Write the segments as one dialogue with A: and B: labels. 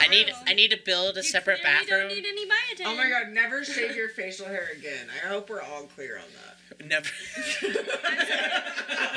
A: I need I need to build a separate bathroom.
B: don't need any biotin.
C: Oh my god, never shave your facial hair again. I hope we're all clear on
A: Never.
C: that.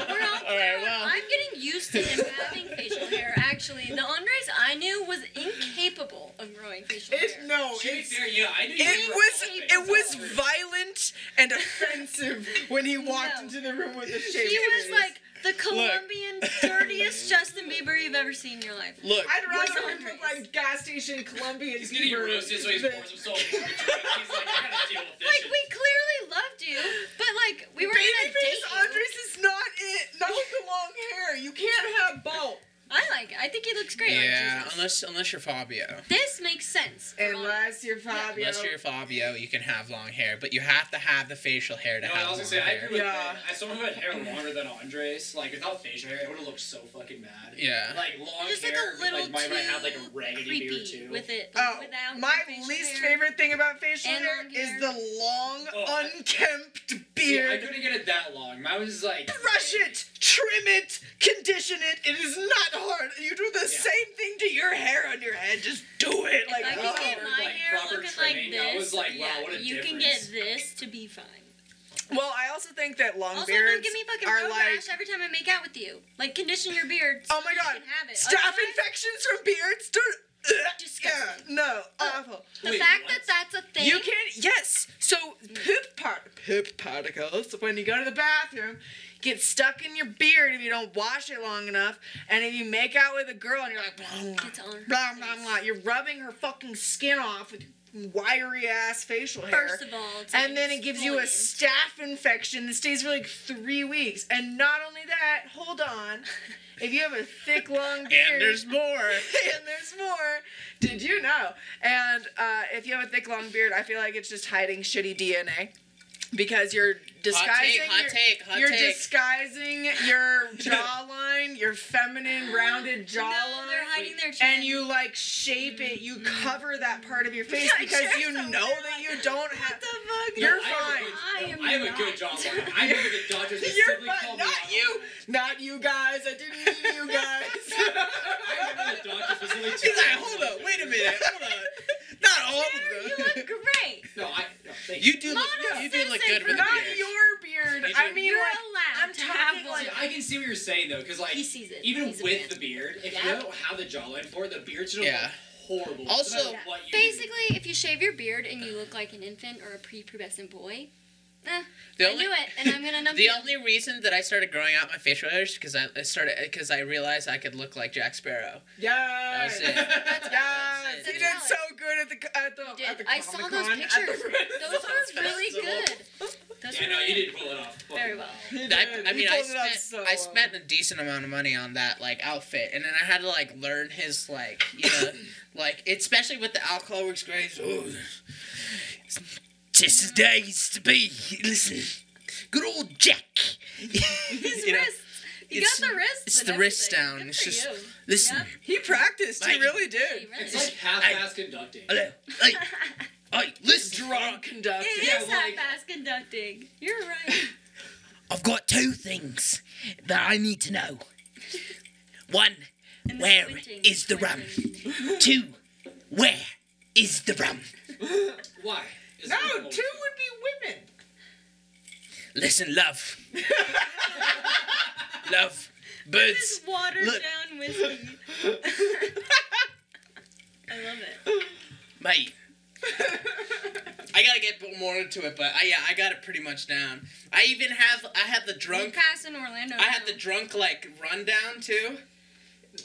B: We're all,
A: All right, well.
B: I'm getting used to him having facial hair. Actually, the Andres I knew was incapable of growing facial hair.
C: It, no,
D: To be
C: it's,
D: fair, yeah, I knew you
C: it
D: were
C: was
D: all
C: it was
D: fake.
C: violent and offensive when he walked
B: No.
C: into the room with a
B: He
C: shaved
B: was
C: face.
B: like the Colombian dirtiest Justin Bieber you've ever seen in your life.
A: Look,
C: I'd rather
B: What's
C: him look
B: Andres?
C: like gas station Colombian
D: He's getting
C: Bieber
D: roasted, so he's
C: than-
D: pouring some salt. in the drink. He's like, I gotta deal with this.
B: Like
D: shit.
B: we clearly loved you, but like we were gonna date
C: Babyface
B: you.
C: Andres is not it. Not with the long hair. You can't have both.
B: I like. it. I think he looks great. on
A: yeah,
B: Jesus.
A: unless unless you're Fabio.
B: this makes sense. for Andres.
C: Unless you're Fabio.
A: Unless you're Fabio, you can have long hair, but you have to have the facial hair to
D: No,
A: have
D: I was
A: long
D: gonna say, I
A: hair.
D: agree with
C: Yeah.
D: that. As someone who had hair longer than Andres, like, without facial hair, it would have looked so fucking bad.
A: Yeah.
D: Like, long
B: Just like
D: hair,
B: a little
D: like, might, might have, like, a
B: too
D: raggedy beard,
B: creepy
D: too.
B: with it.
C: Oh,
B: without
C: my
B: facial
C: least
B: hair.
C: favorite thing about facial
B: And
C: hair
B: long
C: is
B: hair.
C: the long,
D: Oh, I-
C: unkempt
D: See, I
C: beard.
D: couldn't get it that long. Mine was, like...
C: Brush it, trim it, condition it. It is not hard. You do the
D: Yeah.
C: same thing to your hair on your head. Just do it.
B: If
C: Like, oh.
B: I
D: wow.
B: can get my
D: Like,
B: hair
D: proper
B: looking like
D: trimming,
B: this.
D: I was like, wow,
B: yeah,
D: what a
B: you can
D: difference.
B: get this to be fine.
C: well, I also think that long
B: Also,
C: beards
B: don't give me fucking
C: are
B: road
C: like.
B: rash every time I make out with you. Like, condition your beard. so
C: Oh my
B: you
C: god!
B: can have it.
C: Staph
B: Otherwise,
C: infections from beards. Don't, ugh,
B: Disgusting. Oh.
C: Yeah, no, awful.
B: The
D: Wait,
B: fact
D: what?
B: that that's a thing.
C: You can yes. So poop part poop particles when you go to the bathroom get stuck in your beard if you don't wash it long enough, and if you make out with a girl and you're like blah
B: It's on her
C: blah blah,
B: face.
C: blah, you're rubbing her fucking skin off with your wiry ass facial hair.
B: First of all, it's like
C: and then it gives you a
B: exfoliant.
C: staph infection that stays for like three weeks. And not only that, hold on, if you have a thick, long beard,
A: and there's more.
C: and there's more. Did you know? And uh, if you have a thick, long beard, I feel like it's just hiding shitty DNA because you're disguising.
A: hot
C: your,
A: take, hot
C: you're
A: take.
C: disguising your jawline, your feminine rounded jawline.
B: No, they're hiding their chin.
C: and you like shape it, you cover that part of your face
B: Mm-hmm. Yeah,
C: because
B: sure,
C: you
B: so
C: know that you don't have.
B: What the fuck?
D: I
C: You're
D: have a
B: fine.
D: good-
B: I am
D: I have a good job.
B: not.
D: Like, I knew the Dodgers would
C: You're
D: simply call
C: fine.
D: me
C: Not
D: out.
C: you. Not you guys. I didn't mean you
D: I
C: guys.
D: remember the Dodgers was only two
A: He's like,
D: years
A: hold
D: old.
A: up, wait a minute, hold on. Not all
B: Tanner, you
A: of
B: look
A: them.
B: great.
D: No, I... No, thank
A: You do look,
B: Model
A: you do look
B: citizen
A: good with a
B: for
C: Not
A: beard.
C: your beard.
A: You
C: I
A: do-
C: mean,
B: You're
C: like,
B: allowed
C: I'm
B: to have
C: talking
B: one.
D: See, I can see what you're saying though, because like
B: He sees it.
D: even
B: He's a
D: with
B: man.
D: the beard, if you
B: Yeah.
D: don't have the jawline for it, the beard should look
A: Yeah.
D: horrible. no
A: Also-
D: matter what you do.
B: Basically, if you shave your beard and you look like an infant or a prepubescent boy, eh,
A: The
B: I
A: only-
B: knew it, and I'm gonna numb
A: The
B: you.
A: only reason that I started growing out my facial hair is because I I started because I realized I could look like Jack Sparrow.
C: yes.
A: That was it.
C: Yes. You
A: That's
C: did
B: valid.
C: so good at the at the,
B: did.
C: at the
B: I saw those
C: Comic-Con, at
B: pictures.
C: the-
B: Those were really good. Those
D: yeah,
B: were
D: no,
B: really
D: you didn't pull it off. Fucking
B: Very well.
C: You did.
A: I, I
C: You
A: mean, I
C: pulled it off
A: spent,
C: so
A: I
C: well.
A: spent a decent amount of money on that like outfit, and then I had to like learn his like you know like especially with the alcohol works great. Oh, just as day used to be. Listen, good old Jack.
B: His
A: You know,
B: wrists. You
A: it's-
B: got the wrists.
A: it's
B: and
A: the wrists
B: everything.
A: down,
B: Good
A: it's
B: for
A: just-
B: you.
A: Listen,
B: Yep.
C: He practiced. He
A: Like-
C: well, he
B: He
C: did.
B: really
D: It's like
B: did.
D: half-ass conducting.
A: hello, hey, hey, listen.
C: Drunk conductor.
B: It
D: Yeah,
B: is
D: well,
B: half
D: like-
B: ass conducting. You're right.
A: I've got two things that I need to know. One,
B: And the
A: where
B: squinting,
A: is the rum?
B: squinting.
A: Two, where is the rum?
D: Why? Is it
C: No,
D: normal?
C: two would be women.
A: Listen, love. love. Birds.
B: Just watered
A: Look.
B: down whiskey. I love it.
A: Mate. I gotta get more into it, but I, yeah, I got it pretty much down. I even have I had the
B: You
A: drunk
B: pass in Orlando.
A: I had
B: now.
A: the drunk like rundown too.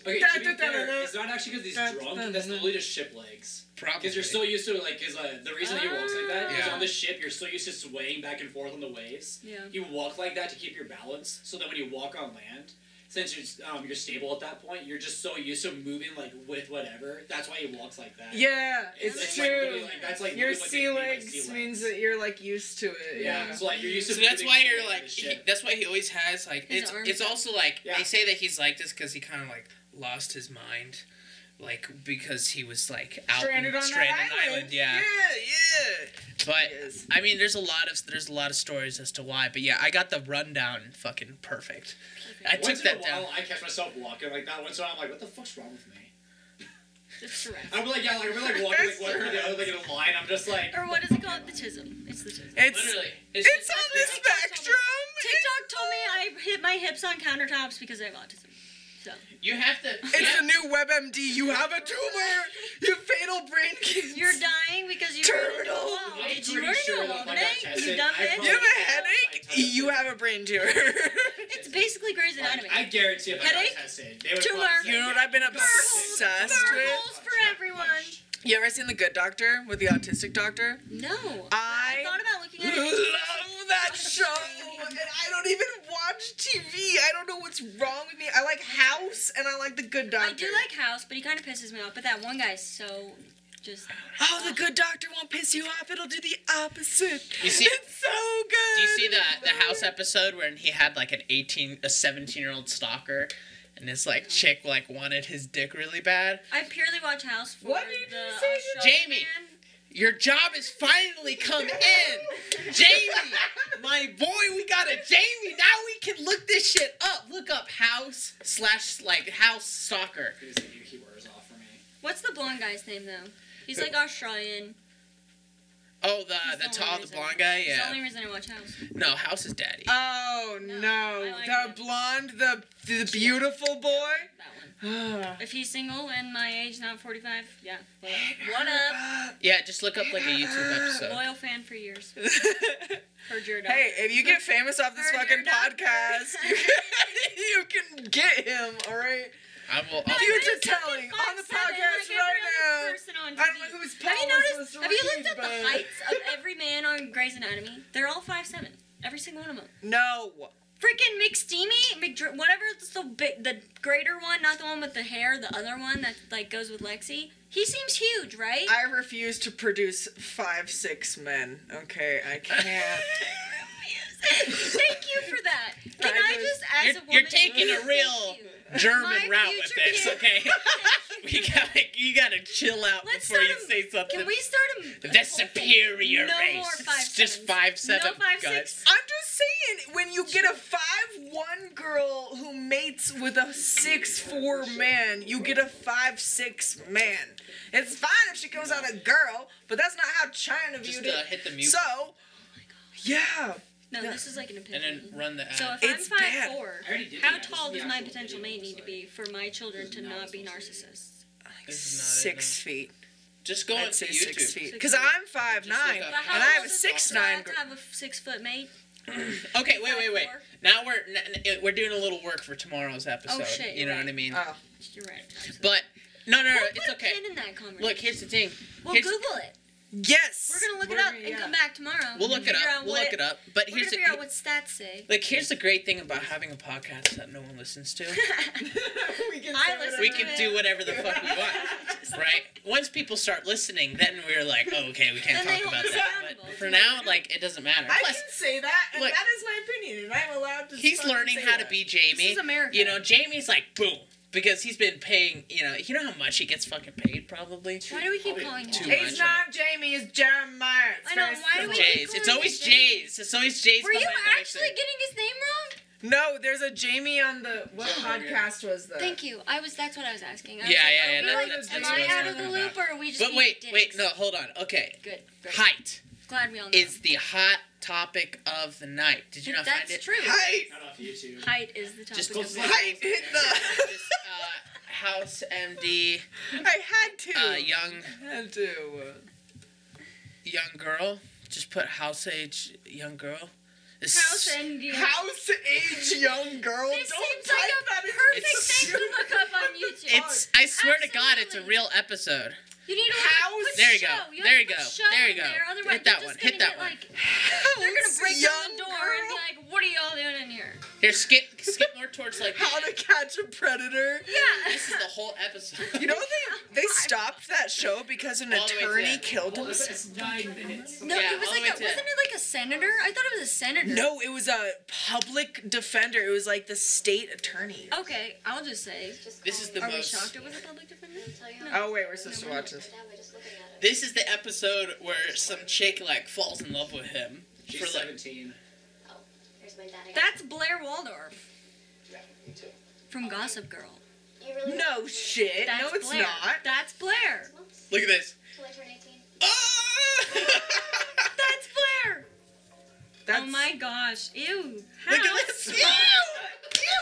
D: Okay,
C: Da-
D: to be
C: da- da-
D: fair,
C: da-
D: it's not actually because he's
C: da- da-
D: drunk. That's
C: da-
D: literally just ship legs.
A: Probably
D: Because you're so used to like, because uh, the reason he walks like that is
A: Ah.
D: on the ship, you're so used to swaying back and forth on the waves.
B: Yeah.
D: You walk like that to keep your balance, so that when you walk on land, since you're um, you're stable at that point, you're just so used to moving like with whatever. That's why he walks like that.
C: Yeah, it's
D: That's like
C: true.
D: literally, like, that's like
C: Your
D: literally what they
C: sea
D: mean by
C: legs,
D: sea
C: means
D: legs.
C: that you're like used to it.
D: Yeah.
C: Yeah.
D: So like you're used to.
A: So that's
D: moving
A: why
D: with
A: you're
D: the
A: like. He,
D: ship.
A: that's why he always has like.
B: His
A: it's
B: arms
A: it's
B: up.
A: also like
D: Yeah.
A: they say that he's like this because he kind of like lost his mind, like because he was like out
C: Stranded
A: in,
C: on
A: stranded
C: that island.
A: Yeah.
C: Yeah,
A: But
C: yeah. Yes.
A: I mean, there's a lot of there's a lot of stories as to why. But yeah, I got the rundown fucking perfect. I
D: Once
A: took
D: in a
A: that down.
D: while, I catch myself walking like that. Once in a while, I'm like, what the fuck's wrong with me?
B: That's correct.
D: I'm like, yeah, like we're like walking like one or the other like in a line. I'm just like,
B: Or what is it called? The tism. It's the tism.
C: It's
A: Literally.
C: it's,
A: just-
C: on the spectrum.
B: TikTok told me I hit my hips on countertops because I have autism. So
A: You have to.
C: It's,
A: you
C: it's
A: have-
C: the new WebMD. You have a tumor. You fatal brain cancer.
B: you're dying because you.
C: Terminal.
B: Wow,
D: I'm
B: did you
D: pretty
B: already
D: sure
B: know
D: if I
B: about
D: got
B: it? You
D: tested,
B: dumb
D: I
B: bitch.
D: probably-
C: You have a headache. You have a brain tumor.
B: It's basically Grey's Anatomy.
D: like, I guarantee if I got
B: Headache?
D: tested, they would
B: Tumor.
D: probably say,
C: you know what
D: yeah,
C: I've been obsessed
B: More
C: with?
B: holes for everyone.
C: You ever seen The Good Doctor with the autistic doctor?
B: No.
C: I
B: thought about looking at it.
C: love that show. And I don't even watch TV. I don't know what's wrong with me. I like House and I like The Good Doctor.
B: I do like House, but he kind of pisses me off. But that one guy's so just.
C: Oh, The Good Doctor won't piss you off. It'll do the opposite.
A: You see-
C: it's so good.
A: Do you see the the house episode when he had like an eighteen a seventeen year old stalker, and this like chick like wanted his dick really bad?
B: I purely watch House for
C: What did
B: the
C: you say?
B: Australian
A: Jamie.
B: man.
A: Your job has finally come in, Jamie. My boy, we got a Jamie. Now we can look this shit up. Look up house slash like house stalker.
D: I'm gonna say he- he wears off for me.
B: What's the blonde guy's name though? He's like Australian.
A: Oh, the
B: He's
A: the
B: the
A: tall,
B: only
A: the
B: reason.
A: blonde guy.
B: It's the
A: Yeah.
B: only reason Uh, I watch House.
A: No, house is daddy.
C: Oh no,
B: No, I like
C: the
B: it.
C: blonde, the the beautiful boy.
B: That one.
C: What
B: If he's single and my age, not 45, yeah. What up? What up?
A: Yeah, just look up like a YouTube episode.
B: Loyal fan for years. Heard your dog.
C: hey, if you get famous off this
B: Or your
C: fucking
B: doctor.
C: podcast, you can, you can get him. All right,
A: I will.
B: No,
A: I'll-
C: Future
B: I'm fucking
C: telling
B: five
C: on the
B: seven,
C: podcast
B: like
C: right
B: every other
C: now.
B: person on
C: I don't
B: TV.
C: know who's
B: Have you
C: Paul was
B: noticed?
C: listening,
B: Have you looked up the
C: but-
B: heights of every man on Grey's Anatomy? They're all five seven. Every single one of them.
C: No,
B: Freaking McSteamy, McDr- whatever it's the big, the greater one, not the one with the hair, the other one that like goes with Lexi. He seems huge, right?
C: I refuse to produce five, six men. Okay, I can't.
B: Thank you for that. Can
C: I
B: I,
C: just-
B: just, as
A: You're-
B: a woman,
A: you're taking a
B: thank
A: real-
B: you.
A: German
B: My
A: route with
B: future
A: this,
B: kid.
A: okay? we gotta, you gotta chill out
B: Let's
A: before you
B: start a-
A: say something.
B: Can we start a?
A: the
B: a whole thing?
A: superior
B: No
A: race.
B: more
A: it's just
B: sevens.
A: five seven
B: No five
A: guys.
B: six.
C: I'm just saying, when you get a five one girl who mates with a six four man, you get a five six man. It's fine if she comes out a girl, but that's not how China
A: Just
C: viewed
A: uh,
C: it.
A: hit the mute
C: So, yeah,
B: No, this is like an
A: and
B: opinion.
A: then run the ad.
B: so if
C: It's
B: I'm five
C: bad.
B: four,
D: I already did
B: how
D: that. This is
B: tall
D: the
B: does my
D: actual
B: potential
D: video,
B: mate need
D: so
B: to be for my children to not be narcissists?
A: This is not it,
C: six feet.
A: just go on
C: I'd
A: to
C: say
A: YouTube.
C: six feet.
B: Six
C: Because
B: feet.
C: I'm five nine,
A: look
C: and
A: up
B: But
A: how
C: I have a
B: old is
C: six
B: it allowed
C: nine
B: to
C: girl.
B: have a six foot mate?
A: Okay, wait, wait, wait.
B: Five, four. Oh,
A: Now we're n- n- we're doing a little work for tomorrow's episode.
B: shit,
A: you know
B: you're
A: what I mean?
B: mean?
C: Oh,
B: You're right. absolutely.
A: but no, no, no,
B: We'll
A: it's
B: put a
A: okay.
B: pin in that conversation.
A: Look, here's the thing.
B: we'll
A: here's-
B: Google it.
C: yes.
B: We're gonna look it up
C: gonna-
B: and
C: yeah.
B: come back tomorrow.
A: We'll look it
B: Figure
A: up.
B: out
A: We'll
B: Um,
A: look
B: what
A: it up. But
B: We're gonna
A: here's the
B: figure out what stats say.
A: like here's the great thing about having a podcast that no one listens to.
C: we can say
B: I
C: whatever.
B: listen
A: we can do whatever the fuck we want, right? Once people start listening, then we're like, oh, okay, we can't
B: Then they
A: talk about
B: hold us
A: that.
B: accountable.
A: But for now, like, it doesn't matter.
C: I
A: Plus,
C: can say that, and
A: look,
C: that is my opinion, and I'm allowed to.
A: he's
C: fucking
A: learning
C: say
A: how to
C: that.
A: be
B: This
A: Jamie.
B: is America.
A: You know, Jamie's like, boom, because he's been paying. You know, you know how much he gets fucking paid, probably.
B: why do we keep calling
A: Two
B: him?
A: months.
C: It's not Jamie, it's Jeremiah. It's
B: I know,
C: very
B: why do
C: simple.
B: we-
A: Jays. It's always Jays. It's always Jays.
B: Were you
A: behind the mixer.
B: actually getting his name wrong?
C: No, there's a Jamie on the. What
D: Jamie.
C: podcast was that?
B: Thank you. I was. That's what I was asking.
A: Yeah,
B: I
A: yeah, yeah,
B: was
A: that-
B: like, Are we
C: that's-
B: like,
C: that's what I
B: am
C: was
B: I out of the
A: talking
B: loop, or are we just?
A: But
B: being
A: wait,
B: dicks?
A: wait, no, hold on. Okay,
B: Good. great.
A: height
B: Glad we all know.
A: is the hot topic of the night. Did you not
B: that's
A: find it?
B: true.
C: Height.
D: Not off YouTube.
B: Height is the topic.
A: Just
B: of
D: close
B: the
D: the-
C: Height hit the.
A: Just, uh, House MD,
C: I had to.
A: uh, young
C: had to.
A: young girl. Just put house age young girl. It's
B: house and you.
C: House age young girl.
B: This
C: Don't
B: seems
C: type
B: like a
C: that in.
B: perfect
A: It's-
B: thing to look up on YouTube.
A: It's. I swear to God, it's a
B: Absolutely.
A: real episode.
B: you need to
C: House-
B: Put
A: There you go.
B: show. You have
A: There
B: to
A: you
B: put
A: go.
B: show
A: There you
B: in
A: go.
B: There. Otherwise,
A: Hit that
B: they're
A: one.
B: just
A: Hit
B: gonna
A: that
B: get,
A: one.
B: Like, they're gonna
C: House
B: break down
C: young
B: the door
C: girl.
B: and be like, "What are y'all doing in here?"
A: Here, skip skip more towards like.
C: How to catch a predator.
A: This is
B: Yeah.
A: the whole episode.
C: You know they they stopped that show because an
A: All the way to the
C: attorney
A: end.
C: killed
D: Well,
C: himself.
D: it's nine minutes.
B: No,
A: Yeah,
B: it was
A: all the way
B: like a,
A: to-
B: wasn't it like a senator? I thought it was a senator.
C: No, it was a public defender. It was like the state attorney.
B: Okay, I'll just say.
A: This is the
B: Are we
A: most.
B: shocked it was a public defender?
C: Oh wait, we're supposed to watch this.
A: This is the episode where some chick like falls in love with him.
D: She's
A: for like,
D: seventeen.
E: Oh,
B: That's Blair Waldorf
E: Yeah, me too.
B: from Gossip Girl.
E: You really
C: No
E: like
C: shit.
B: That's
C: no, it's
B: Blair.
C: not.
B: That's Blair.
E: Once
A: Look at this.
E: till I turn 18.
A: Ah!
B: That's Blair.
C: That's,
B: Oh my gosh. Ew. How?
A: Look at this.
B: At
A: Ew!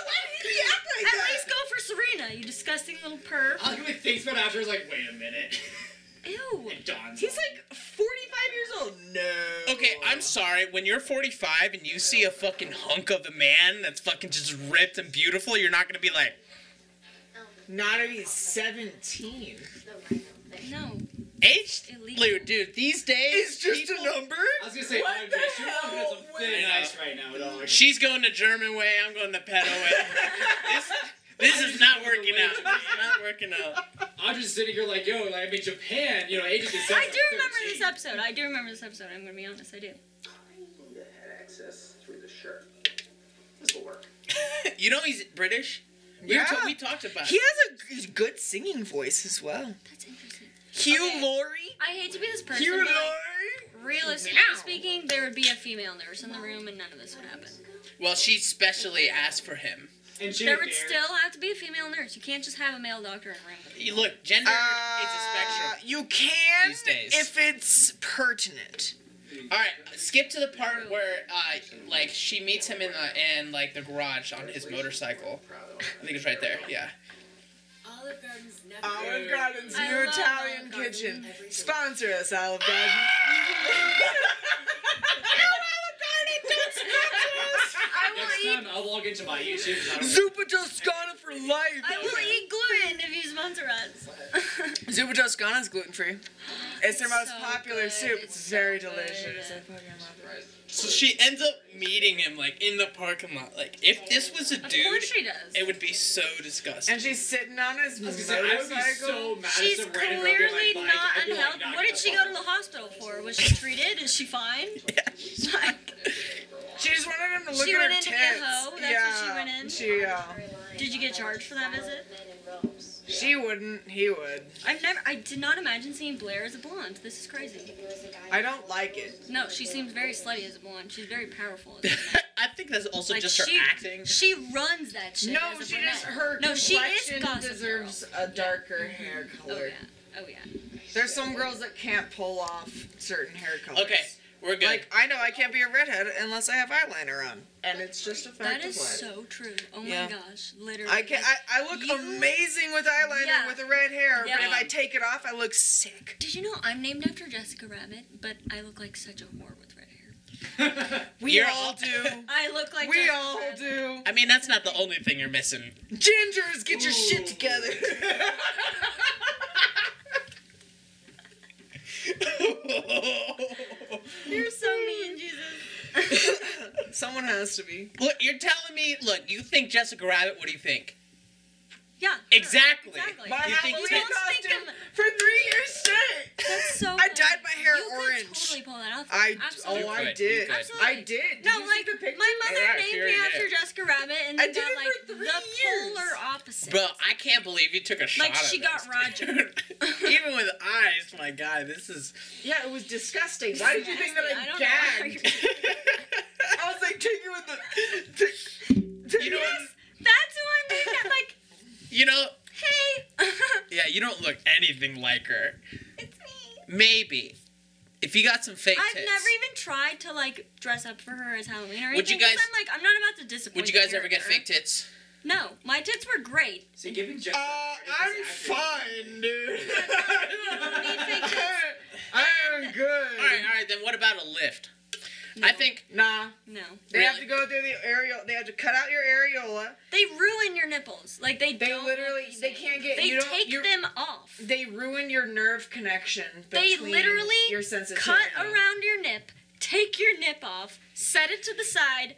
B: least go for Serena, you disgusting little perv.
D: I like when thinks about it after. Is like, wait a minute.
B: Ew.
D: It dawns.
C: He's
D: on
C: like 45 years old. No.
A: Okay, I'm sorry. When you're 45 and you see a fucking hunk of a man that's fucking just ripped and beautiful, you're not gonna be like,
E: Um,
C: Not if he's 17.
E: the rhino thing.
B: No.
A: H.
B: Illegal.
A: Dude, dude, these days.
C: It's just
A: people-
C: a number.
D: I was gonna say,
C: What
D: I'm
C: the
D: just, you're walking on
C: hell?
D: some
C: Wait.
D: thin
A: I know.
D: ice right now, dog.
A: She's going the German way. I'm going the pedo way. this, this is not working out. This is not working out.
D: I'm just sitting here like, yo, like, I'm in Japan, you know, age of consent
B: I
D: is
B: do remember
D: 13.
B: this episode. I do remember this episode. I'm gonna be honest. I do.
F: that had access through the shirt. This will work.
A: You know he's British. We, were
C: Yeah.
A: ta- we talked about.
C: He
A: it.
C: has a g- good singing voice as well.
B: That's interesting.
C: Hugh
B: Okay.
C: Laurie.
B: I hate to be this person.
C: Hugh
B: but
C: Laurie.
B: Realistically
C: Meow.
B: speaking, there would be a female nurse in the room, and none of this would happen.
A: Well, she specially asked for him.
D: And she
B: There would
D: was
B: still have to be a female nurse. You can't just have a male doctor in a room.
A: You Look, gender is a
C: Uh,
A: spectrum.
C: you can
A: These days.
C: if it's pertinent.
A: All right, skip to the part where uh, like she meets him in the in like the garage on his motorcycle. I think it's right there. Yeah.
G: Olive Garden's never.
C: Olive Garden's
B: I
C: new
B: love
C: Italian
B: Olive Garden.
C: kitchen. Sponsor us, Olive Garden.
B: I
D: Next
B: will eat.
D: time, I'll log into my YouTube. 'cause I don't-
C: Zupa Toscana for life.
B: I will eat gluten if you sponsor us.
C: Zupa Toscana is gluten free. It's their most
B: so
C: popular
B: good.
C: soup.
B: It's
C: It's
B: so
C: very
B: good.
C: delicious. I fucking love it.
A: So she ends up meeting him like in the parking lot. Like if this was a
B: Of
A: dude,
B: course she does.
A: it would be so disgusting.
C: And she's sitting on his
D: I was gonna say, I would be so
C: motorcycle.
D: mad if
B: She's
D: some random girl came on
B: clearly
D: my bike,
B: not
D: I'd be like,
B: unhealthy.
D: knock
B: What
D: it
B: did she
D: off.
B: go to the hospital for? Was she treated? Is she fine? Like,
C: She just wanted him to look at
B: She
C: her
B: went in
C: tits.
B: to be a hoe? That's what she went in?
C: She, uh,
B: Did you get charged for that visit?
E: Men in robes.
C: she wouldn't. He would.
B: I've never. I did not imagine seeing Blair as a blonde. This is crazy.
E: If it was a guy
C: I don't like it.
B: No, she seems very slutty as a blonde. She's very powerful. As a brunette.
A: I think that's also
B: Like,
A: just her
B: she,
A: acting.
B: She runs that shit.
C: No,
B: as a
C: she
B: brunette.
C: just her
B: No, she is
C: complexion
B: Gossip
C: deserves a darker hair
B: Oh
C: color.
B: yeah. Oh yeah.
C: There's some girls that can't pull off certain hair colors.
A: Okay, we're good.
C: Like I know I can't be a redhead unless I have eyeliner on, and it's just a fact
B: That is
C: of life.
B: so true. Oh my
C: Yeah.
B: gosh. Literally.
C: I can I, I look
B: You-
C: amazing with eyeliner
B: Yeah.
C: with a red hair, but
B: Yeah.
C: if I take it off, I look sick.
B: Did you know I'm named after Jessica Rabbit, but I look like such a whore with red hair.
C: We
A: You're
C: all
A: all-
C: do.
B: I look like
C: we
B: Jessica
C: all
B: Rabbit.
C: do.
A: I mean, that's not the only thing you're missing.
C: Gingers, get your shit
D: Ooh.
C: together.
B: You're so mean, Jesus.
C: Someone has to be.
A: look, you're telling me. Look, you think Jessica Rabbit? What do you think?
B: Yeah. sure.
A: Exactly.
B: Exactly.
C: My
A: You think
C: Halloween
A: you
B: don't think
C: costume
B: I'm-
C: for three years straight.
B: That's so.
C: I
B: funny.
C: dyed my hair
B: you
C: orange.
B: Could totally pull that off.
C: I
B: Absolutely.
C: oh
A: You
C: I
A: could, you
C: did.
A: could.
C: I
B: Absolutely.
C: did. Did
B: No,
C: you see
B: like
C: the picture?
B: my mother
A: Yeah,
B: named
A: sure
B: me
A: you
B: after
A: did.
B: Jessica Rabbit, and
C: I
B: then
C: did
B: got
C: it
B: like
C: for three
B: the
C: years.
B: polar opposite.
A: Bro, I can't believe you took a shot.
B: Like, she
A: of
B: got
A: this,
B: Roger.
A: dude. Even with eyes, my guy, this is.
C: Yeah, it was disgusting. Why did you think that I,
B: I don't know why
C: gagged?
B: you-
C: I was like, take it with the. T- t-
A: You know,
B: That's who I'm named after. Like,
A: you know,
B: hey,
A: yeah, you don't look anything like her.
B: it's me.
A: Maybe, if you got some fake
B: I've
A: tits.
B: never even tried to like dress up for her as Halloween or anything.
A: Would you
B: 'cause
A: guys-
B: I'm like, I'm not about to disappoint.
A: Would you
B: the
A: guys ever get fake
B: character.
A: tits?
B: No, my tits were great.
D: See, giving Jeff.
C: uh, I'm fine, dude.
B: need fake tits.
C: I am good.
A: All right, all right. Then what about a lift?
B: No,
A: I think
C: Nah,
B: no,
C: they have to
A: Really?
C: go through the areola. They have to cut out your areola.
B: they ruin your nipples. Like they
C: They
B: don't
C: literally,
B: look the
C: they
B: same.
C: can't get.
B: They
C: you don't,
B: take
C: you-
B: them off.
C: They ruin your nerve connection.
B: They
C: between
B: literally
C: your sensitivity.
B: Cut around your nip. Take your nip off. Set it to the side.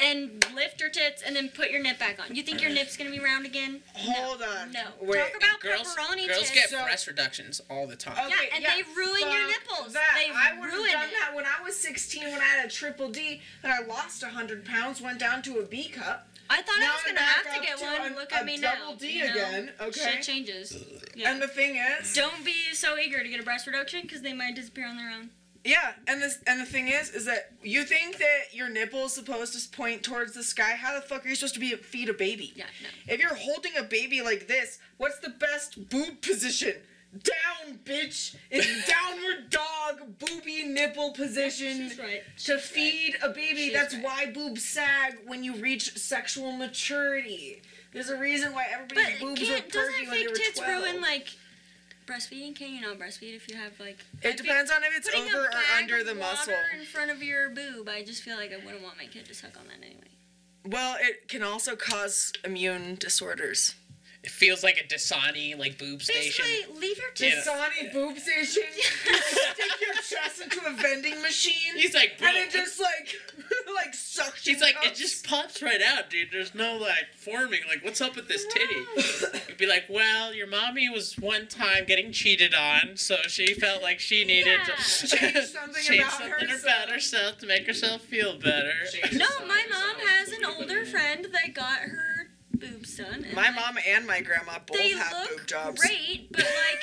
B: And lift your tits, and then put your nip back on. You think your nip's gonna be round again?
C: Hold on.
B: No.
C: Wait.
B: Talk about
A: girls
B: pepperoni
A: girls
B: tits.
A: get
C: So- Oh.
A: breast reductions all the time.
C: Okay,
B: Yeah, and they ruin your
C: fuck
B: nipples.
C: That.
B: They
C: I would
B: ruin
C: have done
B: it.
C: that when I was 16 when I had a triple D and I lost 100 pounds, went down to a B cup.
B: I thought
C: Now
B: I was
C: I'm
B: gonna
C: back
B: have to
C: up
B: get
C: to
B: one.
C: an-
B: Look
C: a
B: at me now.
C: double D
B: you know?
C: again, okay?
B: Shit changes. Yeah.
C: And the thing is,
B: Don't be so eager to get a breast reduction because they might disappear on their own.
C: Yeah, and this and the thing is, is that you think that your nipple is supposed to point towards the sky. How the fuck are you supposed to be feed a baby?
B: Yeah, no.
C: If you're holding a baby like this, what's the best boob position? Down, bitch. It's downward dog, booby nipple position
B: She's right.
C: to feed a baby.
B: She's
C: That's
B: right.
C: why boobs sag when you reach sexual maturity. There's a reason why
B: But
C: everybody's boobs are
B: can't doesn't
C: perky when they
B: fake
C: were
B: tits
C: 12.
B: ruin like breastfeeding? Can you not breastfeed if you have like
C: it depends on if it's
B: putting
C: over
B: a
C: or
B: bag
C: under
B: of
C: the
B: water
C: muscle.
B: in front of your boob? I just feel like I wouldn't want my kid to suck on that anyway.
C: Well, it can also cause immune disorders.
A: It feels like a Dasani like boob station.
B: Basically, leave your
A: Yeah.
B: tits.
C: Dasani boob station. You stick your chest into a vending machine,
A: He's like, bro.
C: and it just like, like sucks.
A: She's like, it just pops right out, dude. There's no like forming. Like, what's up with this titty? You'd be like, well, your mommy was one time getting cheated on, so she felt like she needed
B: Yeah.
A: to
C: Change something
A: change
C: about
A: something
C: herself.
A: about herself to make herself feel better.
B: No, my mom has an older friend that got her boobs done. and,
C: My
B: like,
C: mom and my grandma both
B: They
C: have
B: look
C: boob jobs.
B: great, but like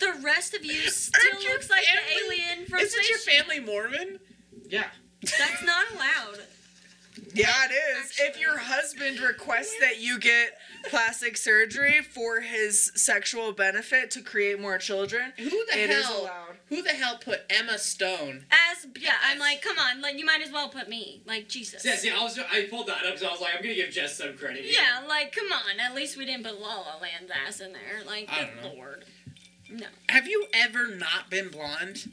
B: the rest of you still
A: Aren't your
B: looks like the
A: family-
B: alien from
A: Isn't your
B: Space Jam.
A: family Mormon?
D: Yeah.
B: That's not allowed.
C: Yeah, it is. If
B: Actually.
C: your husband requests that you get plastic surgery for his sexual benefit to create more children,
A: Who the
C: it is
A: hell?
C: allowed.
A: Who the hell put Emma Stone?
B: As yeah, I'm like, come on, like you might as well put me, like Jesus.
D: Yeah, see, I was I pulled that up because I was like, I'm gonna give Jess some credit. here.
B: Yeah, like come on. At least we didn't put La La Land's ass in there. Like
A: I
B: good
A: don't know.
B: lord. No.
A: Have you ever not been blonde?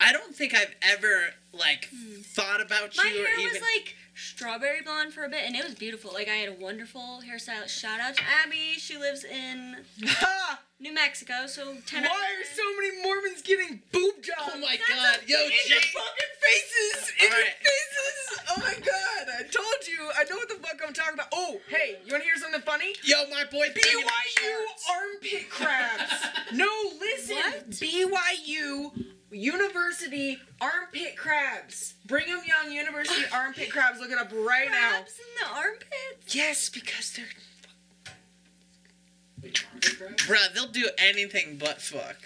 A: I don't think I've ever like thought about
B: Hmm. My
A: you or
B: hair
A: even.
B: was like strawberry blonde for a bit, and it was beautiful. Like I had a wonderful hairstylist. Shout out to Abby. She lives in
C: Ha!
B: New Mexico, so
C: Why
B: ten. out of
C: are
B: 10.
C: so many Mormons getting boob jobs?
A: oh my
B: That's
A: god,
B: a
A: yo,
B: thing.
A: Jay.
C: fucking faces! In
A: All
C: your
A: right.
C: faces! Oh my god! I told you! I know what the fuck I'm talking about. Oh, hey, you wanna hear something funny?
A: Yo, my boy. bringing up
C: BYU
A: shorts.
C: armpit crabs! no, listen!
B: What?
C: BYU University armpit crabs. Brigham Young University armpit crabs. Look it up right now.
B: Crabs in the armpits.
C: Yes, because they're.
D: Like, armpit crab?
A: Bruh, they'll do anything but fuck.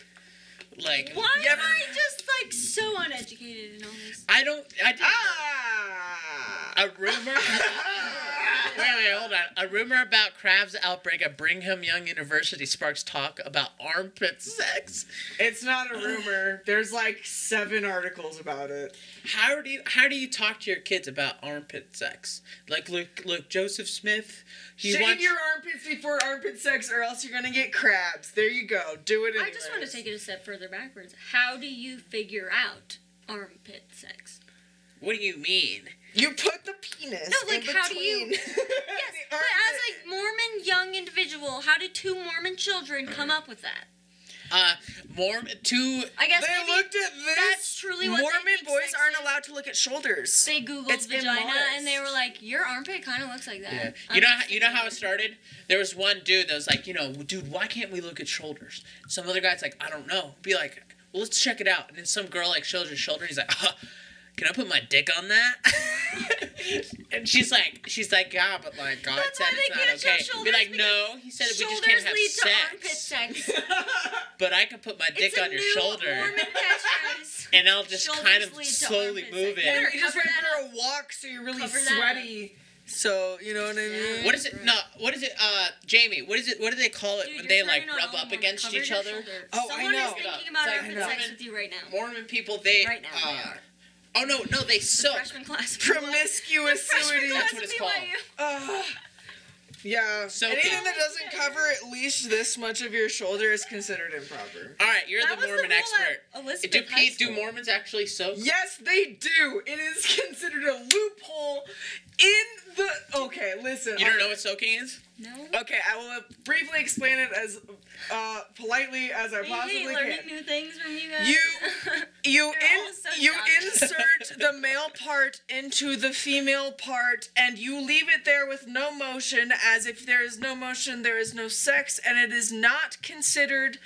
A: Like
B: Why
C: You
B: am
C: ever-
B: I just like so uneducated in all this?
A: I don't I didn't
C: Ah!
A: a rumor Wait, wait, hold on. A rumor about crabs outbreak at Brigham Young University sparks talk about armpit sex.
C: It's not a rumor. There's like seven articles about it.
A: How do you how do you talk to your kids about armpit sex? Like look look Joseph Smith, he
C: Shave
A: wants
C: your armpits before armpit sex, or else you're gonna get crabs. There you go. Do it.
B: I just want to take it a step further backwards. How do you figure out armpit sex?
A: What do you mean?
C: You put the penis.
B: No, like,
C: in
B: how do you-
C: between the
B: But as
C: armpit.
B: a Mormon young individual, how did two Mormon children come up with that?
A: Uh Mormon two
B: I guess
C: they
B: maybe
C: looked at this.
B: that's truly what they
C: Mormon
B: think
C: boys
B: sex
C: aren't
B: is.
C: allowed to look at shoulders.
B: they googled
C: It's
B: vagina
C: immodest.
B: and they were like, "Your armpit kind of looks like that."
A: Yeah.
B: I'm
A: uh, You know,
B: just
A: how, you know
B: saying.
A: how it started? There was one dude that was like, you know, dude, why can't we look at shoulders? Some other guy's like, I don't know. Be like, well, let's check it out. And then some girl like shows her shoulder. He's like, oh, can I put my dick on that? and she's like, she's like, yeah, but like God
B: That's
A: said
B: why
A: it's
B: they
A: not
B: can't show
A: okay. Be
B: shoulders
A: like,
B: because
A: no, he said we just can't
B: Shoulders
A: have
B: lead to armpit
A: sex,
B: sex.
A: but I can put my dick
B: it's a
A: on your
B: new
A: shoulder.
B: Mormon catchphrase.
A: And I'll just
B: Shoulders
A: kind of
B: lead to
A: slowly
B: armpit
A: move
B: sex.
A: it.
B: Better
C: you just
B: cover
C: went
B: that
C: for a walk, so you're really
B: Cover that up.
C: sweaty. So you know what I mean.
A: What is it? No, what is it? Uh, Jamie, what is it? What do they call it
B: Dude,
A: when
B: you're
A: they
B: turning
A: like
B: on
A: rub
B: all
A: up
B: Mormon.
A: against
B: Cover
A: each
B: your
A: other?
B: shoulder.
C: Oh, I
B: Someone
C: know.
B: is thinking
A: It's
B: about
A: like
B: armpit
A: I know.
B: sex with you right now.
A: Mormon people, they
B: Right now,
A: uh,
B: they are.
A: Oh no, no, they soak.
B: Freshman class.
C: Promiscuity.
A: That's what it's called.
C: Ugh. Uh, yeah.
A: So-
C: anything that doesn't cover at least this much of your shoulder is considered improper.
A: All right, you're
B: That
A: the
B: was
A: Mormon
B: the rule
A: expert.
B: at Elizabeth
A: Do
B: High
A: Pete, do
B: School.
A: Mormons actually soak?
C: Yes, they do. It is considered a loophole in the. Okay, listen.
A: You don't know what soaking is?
B: No.
A: Oh,
C: Okay, I will briefly explain it as uh, politely as I
B: I hate
C: possibly
B: learning
C: can.
B: new things from you guys.
C: You- You
B: They're all
C: in,
B: so
C: you
B: dumb.
C: insert the male part into the female part, and you leave it there with no motion, as if there is no motion, there is no sex, and it is not considered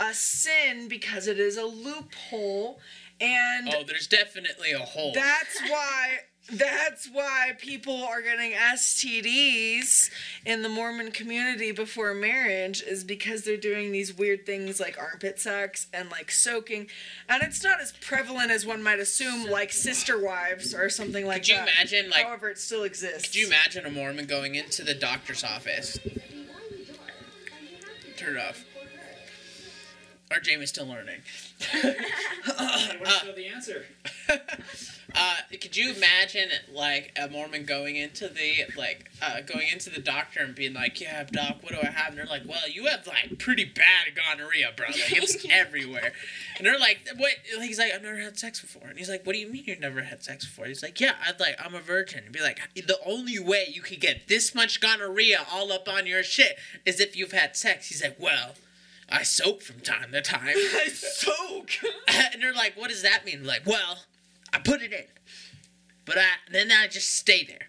C: a sin because it is a loophole, and
A: Oh, there's definitely a hole.
C: that's why That's why people are getting STDs in the Mormon community before marriage is because they're doing these weird things like armpit sex and like soaking, and it's not as prevalent as one might assume, like sister wives or something like
A: Could you
C: that.
A: imagine, like,
C: However, it still exists.
A: could you imagine a Mormon going into the doctor's office? Turn it off. Or Jamie's still learning.
D: I want
C: uh.
D: to know the answer.
A: Uh, could you imagine like a Mormon going into the like uh, going into the doctor and being like, "Yeah, doc, what do I have?" And they're like, "Well, you have like pretty bad gonorrhea, bro. Like it's everywhere." And they're like, "What?" Like, he's like, "I've never had sex before." And he's like, "What do you mean you've never had sex before?" He's like, "Yeah, I'd like I'm a virgin." And be like, "The only way you could get this much gonorrhea all up on your shit is if you've had sex." He's like, "Well." I soak from time to time.
C: I soak.
A: and they're like, "What does that mean?" Like, well, I put it in, but I then I just stay there.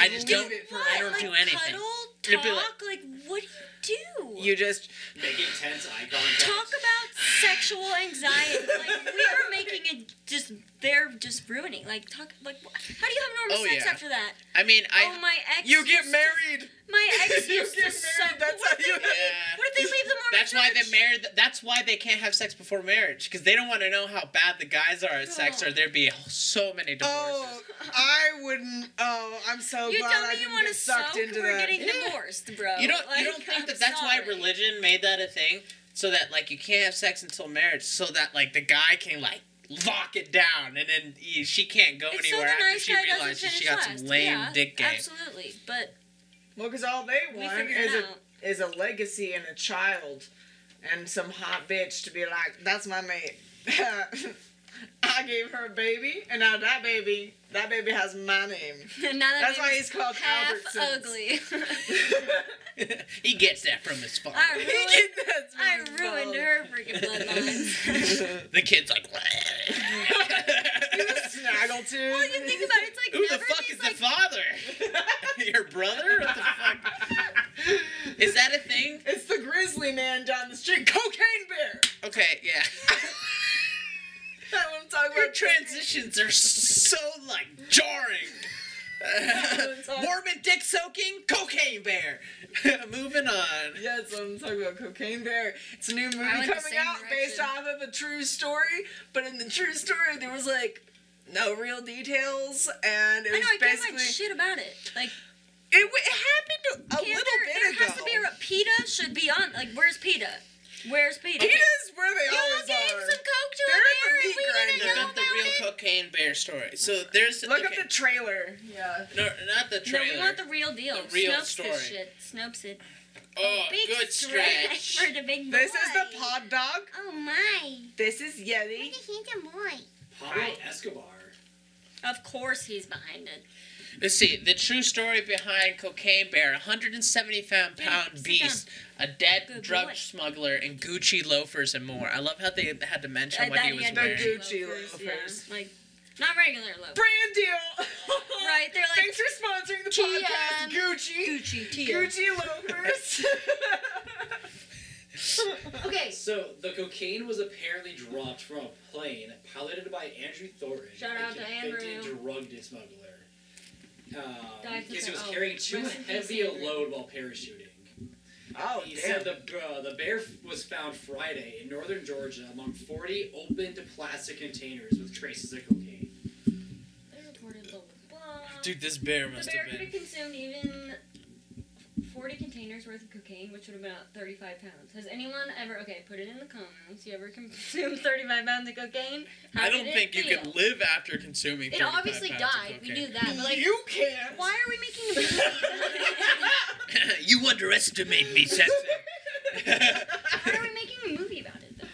A: I just don't.
C: it for
A: I don't
B: like,
A: do anything.
B: Cuddle,
A: It'd be
B: talk,
A: like-
B: like, what do you do?
C: You just
D: Make intense eye contact.
B: talk about sexual anxiety. Like we are making it just they're just ruining. Like talk like wh- how do you have normal
A: Oh,
B: sex
A: yeah.
B: after that?
A: I mean, I.
B: oh my ex.
C: you get
B: used to-
C: married.
B: my ex
C: You
B: used
C: get
B: to
C: married.
B: suck.
C: That's
B: what
C: how
B: if
C: you.
B: they-
A: yeah.
B: What if Oh, they leave the Mormon
A: That's why they
B: church?
A: married. That's why they can't have sex before marriage because they don't want to know how bad the guys are at sex, or there'd be so many divorces.
C: Oh, I wouldn't. Oh, I'm so
B: You
C: glad
B: tell
C: I
B: me you
C: didn't
B: want to
C: get sucked
B: soak.
C: into
B: We're
C: that.
B: getting divorced, bro.
A: you don't.
B: Like,
A: you don't think
B: I'm
A: that that's why
B: sorry.
A: religion made that a thing, so that like you can't have sex until marriage, so that like the guy can like lock it down, and then he, she can't go
B: It's so the
A: anywhere after
B: nice
A: she
B: guy doesn't
A: realizes
B: finish
A: she got
B: last.
A: some lame
B: yeah,
A: dick game.
B: Absolutely, but
C: Well, because all they
B: We
C: want
B: figured
C: is
B: it
C: a
B: out.
C: is a legacy and a child, and some hot bitch to be like, "That's my mate. I gave her a baby, and now that baby, that baby has my name."
B: now that
C: That's why
B: baby's
C: he's called
B: half
C: Albertsons.
B: ugly.
A: he gets that from his father.
B: I
C: He
B: ruined,
C: get that
B: I
C: from his
B: ruined
C: mom.
B: her freaking bloodline.
A: The kid's like,
C: He was snaggletooth.
B: well, you think about it, it's like
A: who the
B: never
A: fuck
B: these,
A: is
B: like,
A: the father? Your brother? What the fuck? Is that a thing?
C: It's the grizzly man down the street, cocaine bear.
A: Okay, yeah.
C: That's what I'm talking
A: Your
C: about.
A: transitions are so like jarring. Mormon dick soaking, cocaine bear. Moving on.
C: Yeah, that's what I'm talking about. Cocaine Bear. It's a new movie
B: went the
C: coming
B: same
C: out based
B: direction.
C: off of a true story, but in the true story there was like no real details, and it
B: I
C: was
B: know I can't
C: basically
B: find shit about it. Like,
C: it, w- it happened a
B: can't
C: little
B: there,
C: bit
B: there
C: ago.
B: has to be a PETA should be on. Like, where's PETA? Where's PETA?
C: Peter's where they
B: Y'all
C: always
B: gave
C: are.
B: some coke to
C: They're
B: a
C: in the
B: bear and
C: meat
B: we didn't
C: grinder.
B: know
A: Look
B: about
A: up the real
B: it.
A: cocaine bear story. So there's
C: Look
A: okay,
C: up the trailer. Yeah.
A: no, not the
B: No,
A: trailer.
B: we want the real deal.
A: The real
B: Snopes
A: story.
B: this shit. Snopes it.
A: oh,
B: Big
A: good
B: stretch
A: stretch.
B: for the big boy.
C: This is the pod dog.
B: Oh my!
C: This is Yeti.
D: Pablo Escobar.
B: Of course he's behind it.
A: Let's see. The true story behind Cocaine Bear, a 175
B: Yeah,
A: pound
B: sit
A: beast, a dead
B: Good
A: drug
B: boy.
A: smuggler, and Gucci loafers and more. I love how they had to mention
B: Uh,
A: what he
B: that
A: was
B: had
A: wearing.
C: Gucci
B: yeah.
C: loafers.
B: Like, not regular loafers.
C: Brand deal.
B: Right, they're like
C: Thanks for sponsoring the
B: TM.
C: podcast, Gucci.
B: Gucci tea.
C: Gucci loafers.
G: Okay.
D: So the cocaine was apparently dropped from a plane piloted by Andrew Thorin,
B: Shout out
D: a
B: to
D: convicted
B: Andrew.
D: drug smuggler. Um,
B: Died
D: because he was
B: without- oh,
D: carrying too
B: rest in peace,
D: heavy a
B: Andrew.
D: load while parachuting.
C: oh
D: He
C: damn.
D: said the, uh, the bear was found Friday in northern Georgia among 40 opened plastic containers with traces of cocaine.
B: They reported the law.
A: Dude, this bear
B: The
A: must
B: bear
A: have
B: could have
A: been.
B: consumed even 40 containers worth of cocaine, which would have been about 35 pounds. Has anyone ever, okay, put it in the comments, you ever consumed 35 pounds of cocaine? How
A: I don't
B: did it
A: think you
B: feel?
A: can live after consuming.
B: It
A: 35
B: obviously
A: pounds
B: died,
A: Of
B: we knew that, but like,
C: you can't.
B: why are we making a movie?
A: that. you underestimate me, Sensei.
B: Why are we making a movie about it, though?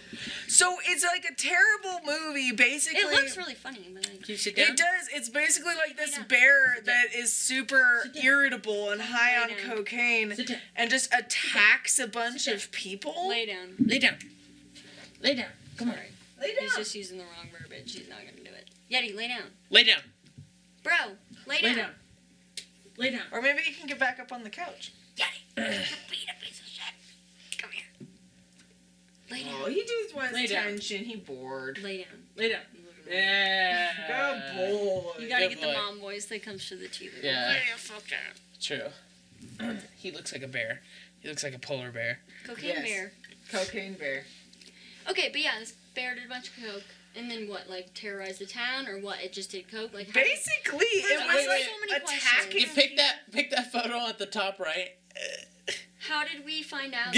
C: So it's like a terrible movie, basically.
B: It looks really funny, but like,
A: you sit
C: It does. It's basically like this
B: down.
C: bear that is super irritable and high on
B: Lay down.
C: cocaine
A: Sit down.
C: and just attacks a bunch
B: Sit
C: of
A: Oh.
C: people.
B: lay down.
A: Lay down. Lay down. Come on.
B: Sorry.
C: Lay
B: He's just using the wrong verbiage. He's not gonna do it. Yeti, lay down.
A: Lay down.
B: Bro, lay down.
A: Lay down. Lay down.
C: Or maybe he can get back up on the couch.
B: Lay down.
C: he just wants
A: Lay down.
C: attention. He bored.
B: Lay down.
A: Lay down.
C: Uh,
B: Literally.
A: Yeah.
B: You gotta
A: Good
B: get the
A: boy.
B: mom voice that comes through the TV.
A: Yeah. True. He looks like a bear. He looks like a polar bear.
B: Cocaine
C: Yes.
B: bear.
C: Cocaine bear.
B: Okay, but yeah, this bear did a bunch of coke, and then what? Like terrorized the town, or what? It just did coke. Like how did-
C: Basically, it
B: Wait,
C: was
B: wait,
C: like
B: so many questions.
C: attacking.
A: You pick that pick that photo at the top right.
B: how did we find out?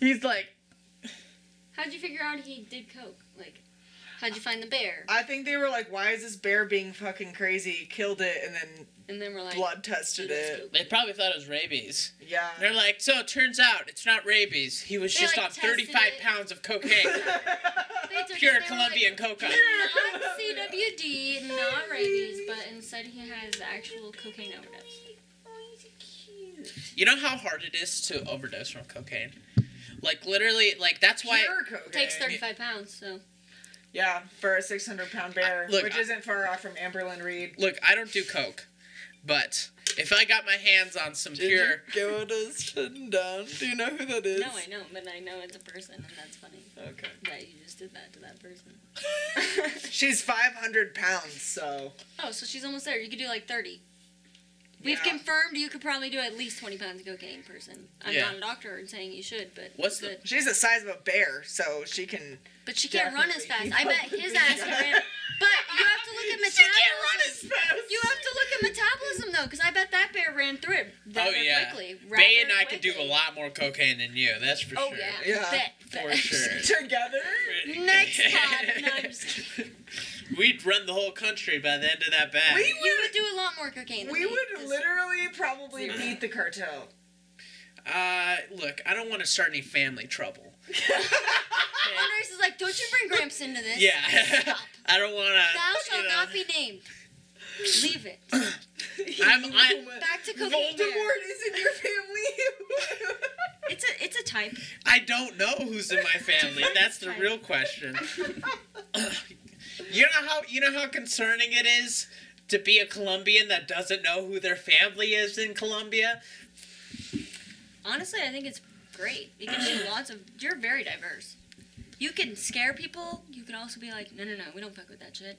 A: He's like
B: How'd you figure out he did coke? Like, how'd you find the bear?
C: I think they were like, "Why is this bear being fucking crazy?" Killed it and then
B: And then we're like,
C: blood tested
B: "Dude, that's
C: it.
B: coke."
A: they probably thought it was rabies.
C: Yeah.
A: They're like, so it turns out it's not rabies. He was
B: They,
A: just
B: like,
A: on
B: tested
A: 35
B: it.
A: pounds of cocaine,
B: They took it,
A: pure
B: they were
A: Colombian coca.
B: Like, not CWD, not rabies, but instead he has actual cocaine overdose.
A: You know how hard it is to overdose from cocaine? Like literally, like that's why.
C: Pure cocaine.
B: Takes 35 pounds, so.
C: Yeah, for a 600 pound bear,
A: I- look,
C: which
A: I-
C: isn't far off from Amberlyn Reed.
A: Look, I don't do coke, but if I got my hands on some pure,
C: Go to shutting down. Do you know who that is?
B: No, I know, but I know it's a person, and that's funny
C: Okay.
B: that you just did that to that person.
C: She's 500 pounds, so
B: Oh, so she's almost there. You could do like 30. We've
C: Yeah.
B: confirmed you could probably do at least 20 pounds of cocaine, person. I'm
A: Yeah.
B: not a doctor and saying you should, but.
A: What's the-
C: she's the size of a bear, so she can.
B: But she can't run as fast.
C: Definitely.
B: I bet his ass can run. But you have to look at metabolism.
C: fast.
B: You have to look at metabolism though, because I bet that bear ran through it rather
A: oh yeah,
B: quickly. Rather
A: Bay and I could do a
B: quickly.
A: lot more cocaine than you. That's for
B: Oh
A: sure.
B: yeah,
C: Yeah.
B: Bet,
A: For
B: bet.
A: sure.
C: together.
B: Next pod. No, I'm just kidding.
A: We'd run the whole country by the end of that bag.
C: We
B: You would do a lot more cocaine.
C: would,
B: Than
C: we
B: me.
C: would
B: This-
C: literally probably beat the cartel.
A: Uh, look, I don't want to start any family trouble.
B: One nurse is like, "Don't you bring Gramps into this?
A: Yeah, I don't want to.
B: Thou shalt not be named. Leave it.
A: I'm- I-
B: Back to cocaine. bear.
C: Voldemort is in your family.
B: It's a it's a type.
A: I don't know who's in my family. That's the real question. you know how you know how concerning it is to be a Colombian that doesn't know who their family is in Colombia.
B: Honestly, I think it's great. It gives you lots of. You're very diverse. You can scare people. You can also be like, no, no, no, we don't fuck with that shit.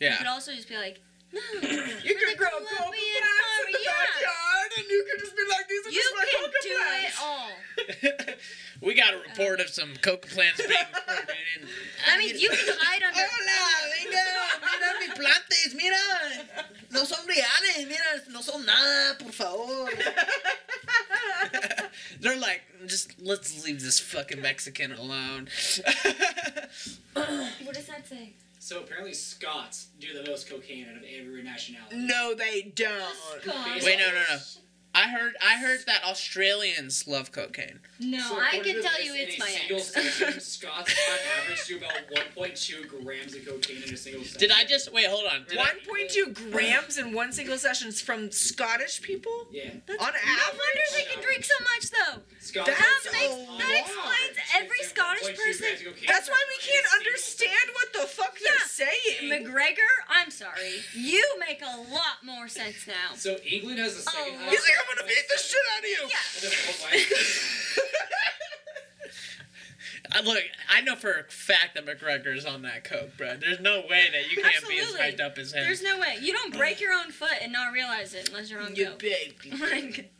B: You could
A: Yeah,
B: also just be like, no.
C: you
B: we're
C: could
B: the
C: grow coca
B: Colombian
C: plants in the
B: farm, yeah.
C: backyard, and you could just be like, "These are
B: You
C: just my
B: can
C: coca
B: do it
C: plants."
B: all.
A: we got a report of some coca plants being planted in.
B: I mean, you can hide under.
A: Hola, venga, mira mis plantes, mira, no son reales, mira, no son nada, por favor. They're like, just let's leave this fucking Mexican alone.
B: What does that say?
D: So apparently Scots do the most cocaine out of every nationality.
C: No, they don't.
B: God.
A: Wait, no, no, no. I heard, I heard that Australians love cocaine.
B: No,
D: So
B: I
D: according
B: can
D: to
B: tell
D: this,
B: you
D: in
B: it's
D: a
B: my
D: single session,
B: ex.
D: Scots on average do about 1.2 grams of cocaine in a single session.
A: Did I just wait? Hold on. Did I-
C: 1.2 grams in one single session is from Scottish people
D: Yeah.
C: on
B: No
C: average.
B: wonder they can drink so much, though.
D: Scots
C: That's
B: That
C: a
B: makes
C: lot.
B: that explains every Scottish person.
C: That's why we can't understand what the fuck they're saying.
B: McGregor, I'm sorry. You make a lot more sense now.
D: So England has the second
B: Oh,
D: highest.
C: He's like, I'm gonna beat the shit out of you.
B: Yeah.
D: And the world wide-
A: I, look, I know for a fact that McGregor's on that coke, bro. There's no way that you can't be as
B: Absolutely.
A: hyped up as him.
B: There's no way. You don't break your own foot and not realize it unless you're on
C: Mm. You
B: coke.
C: baby.
B: Like,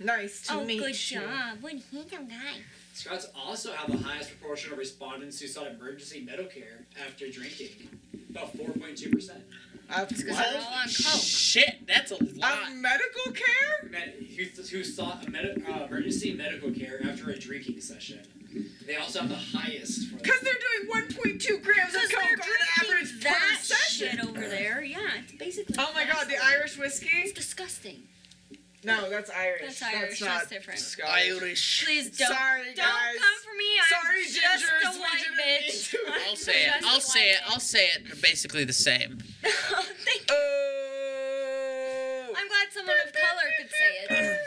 C: Nice to
B: oh,
C: meet
B: good
C: you.
B: job. What a handsome guy.
D: Scots also have the highest proportion of respondents who sought emergency medical care after drinking, about 4.2 percent.
C: I've,
B: Because they're all on coke. Oh
A: Shit, that's a lot.
C: Of medical care?
D: Who, who sought a med- uh, emergency medical care after a drinking session. They also have the highest. For
C: Because they're doing 1.2 grams of
B: Because
C: coke
B: they're
C: on average
B: drinking that
C: per session.
B: shit over there. Yeah, it's basically.
C: Oh my god, the
B: gasoline.
C: Irish whiskey?
B: It's disgusting.
C: No, that's Irish.
B: That's Irish,
C: not
B: that's different.
C: Scottish.
A: Irish.
B: Please don't.
C: Sorry,
B: don't
C: guys.
B: come for me. I'm
C: Sorry,
B: just
C: gingers,
B: a
C: we
B: white
C: didn't
B: bitch.
C: mean to.
B: I'm
A: I'll say it.
B: just a
A: I'll say it.
B: white
A: I'll say it. They're basically the same.
B: bitch. Thank you.
C: Oh.
B: I'm glad someone of color could say it.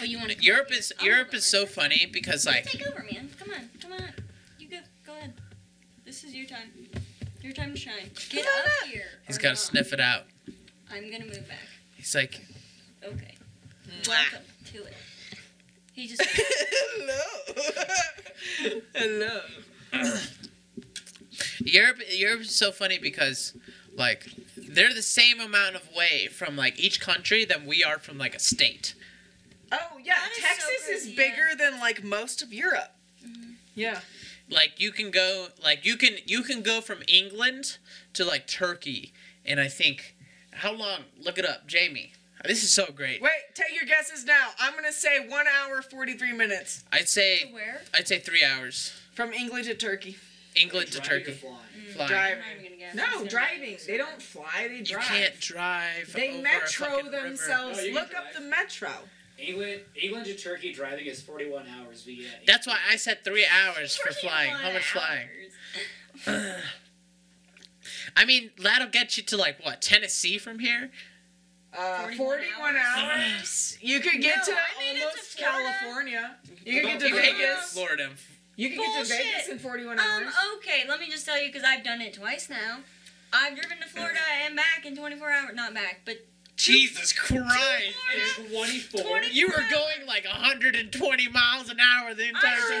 B: Oh, you want to?
A: Europe is
B: I'll
A: Europe
B: move
A: is
B: over.
A: so funny because like
B: Take over, man. Come on, come on. You go. Go ahead. This is your time. Your time to shine. Get
C: Come on
B: up,
C: up.
B: here.
A: he's
B: or
A: got to
B: not.
A: sniff it out.
B: I'm gonna move back.
A: He's like,
B: Okay. Welcome to it. He just.
C: Hello. Hello.
A: Europe Europe's so funny because like they're the same amount of way from like each country than we are from like a state.
C: Oh yeah,
B: That is so
C: Texas
B: crazy,
C: is
B: yeah.
C: bigger than like most of Europe.
B: "Mm-hmm."
C: Yeah.
A: Like you can go like you can you can go from England to like Turkey and I think how long look it up, Jamie. This is so great.
C: Wait, take your guesses now. I'm gonna say one hour forty three minutes
A: I'd say
B: To where?
A: I'd say three hours.
C: from England to Turkey.
A: England to
D: Driving or
A: Turkey.
D: flying.
A: Flying.
B: Mm. I'm not even
C: Driving.
B: gonna guess. It's
C: No,
B: gonna-
C: driving. They don't fly. They
A: You
C: drive.
A: can't drive. over
C: They
A: a
C: metro
A: fucking river.
C: themselves.
D: No, you can
C: Look up
D: drive.
C: the metro.
D: England, England to Turkey driving is 41 hours via.
A: That's why I said three hours for
B: 41
A: flying. How much flying?
B: hours.
A: I mean, that'll get you to like what Tennessee from here.
C: Uh,
B: 41
C: 41 hours. You could get
B: No,
C: to
B: I made it to
C: almost
B: Florida.
C: California. You could get
A: You
C: to
A: can get
C: Vegas.
A: Florida.
C: You could get to
B: Bullshit.
C: Vegas in 41 hours.
B: Um, okay, let me just tell you because I've done it twice now. I've driven to Florida and back in 24 hours. Not back, but
A: Jesus Christ!
D: And 24.
B: 20
A: You were going like 120 miles an hour the
B: I
A: entire time.
B: was,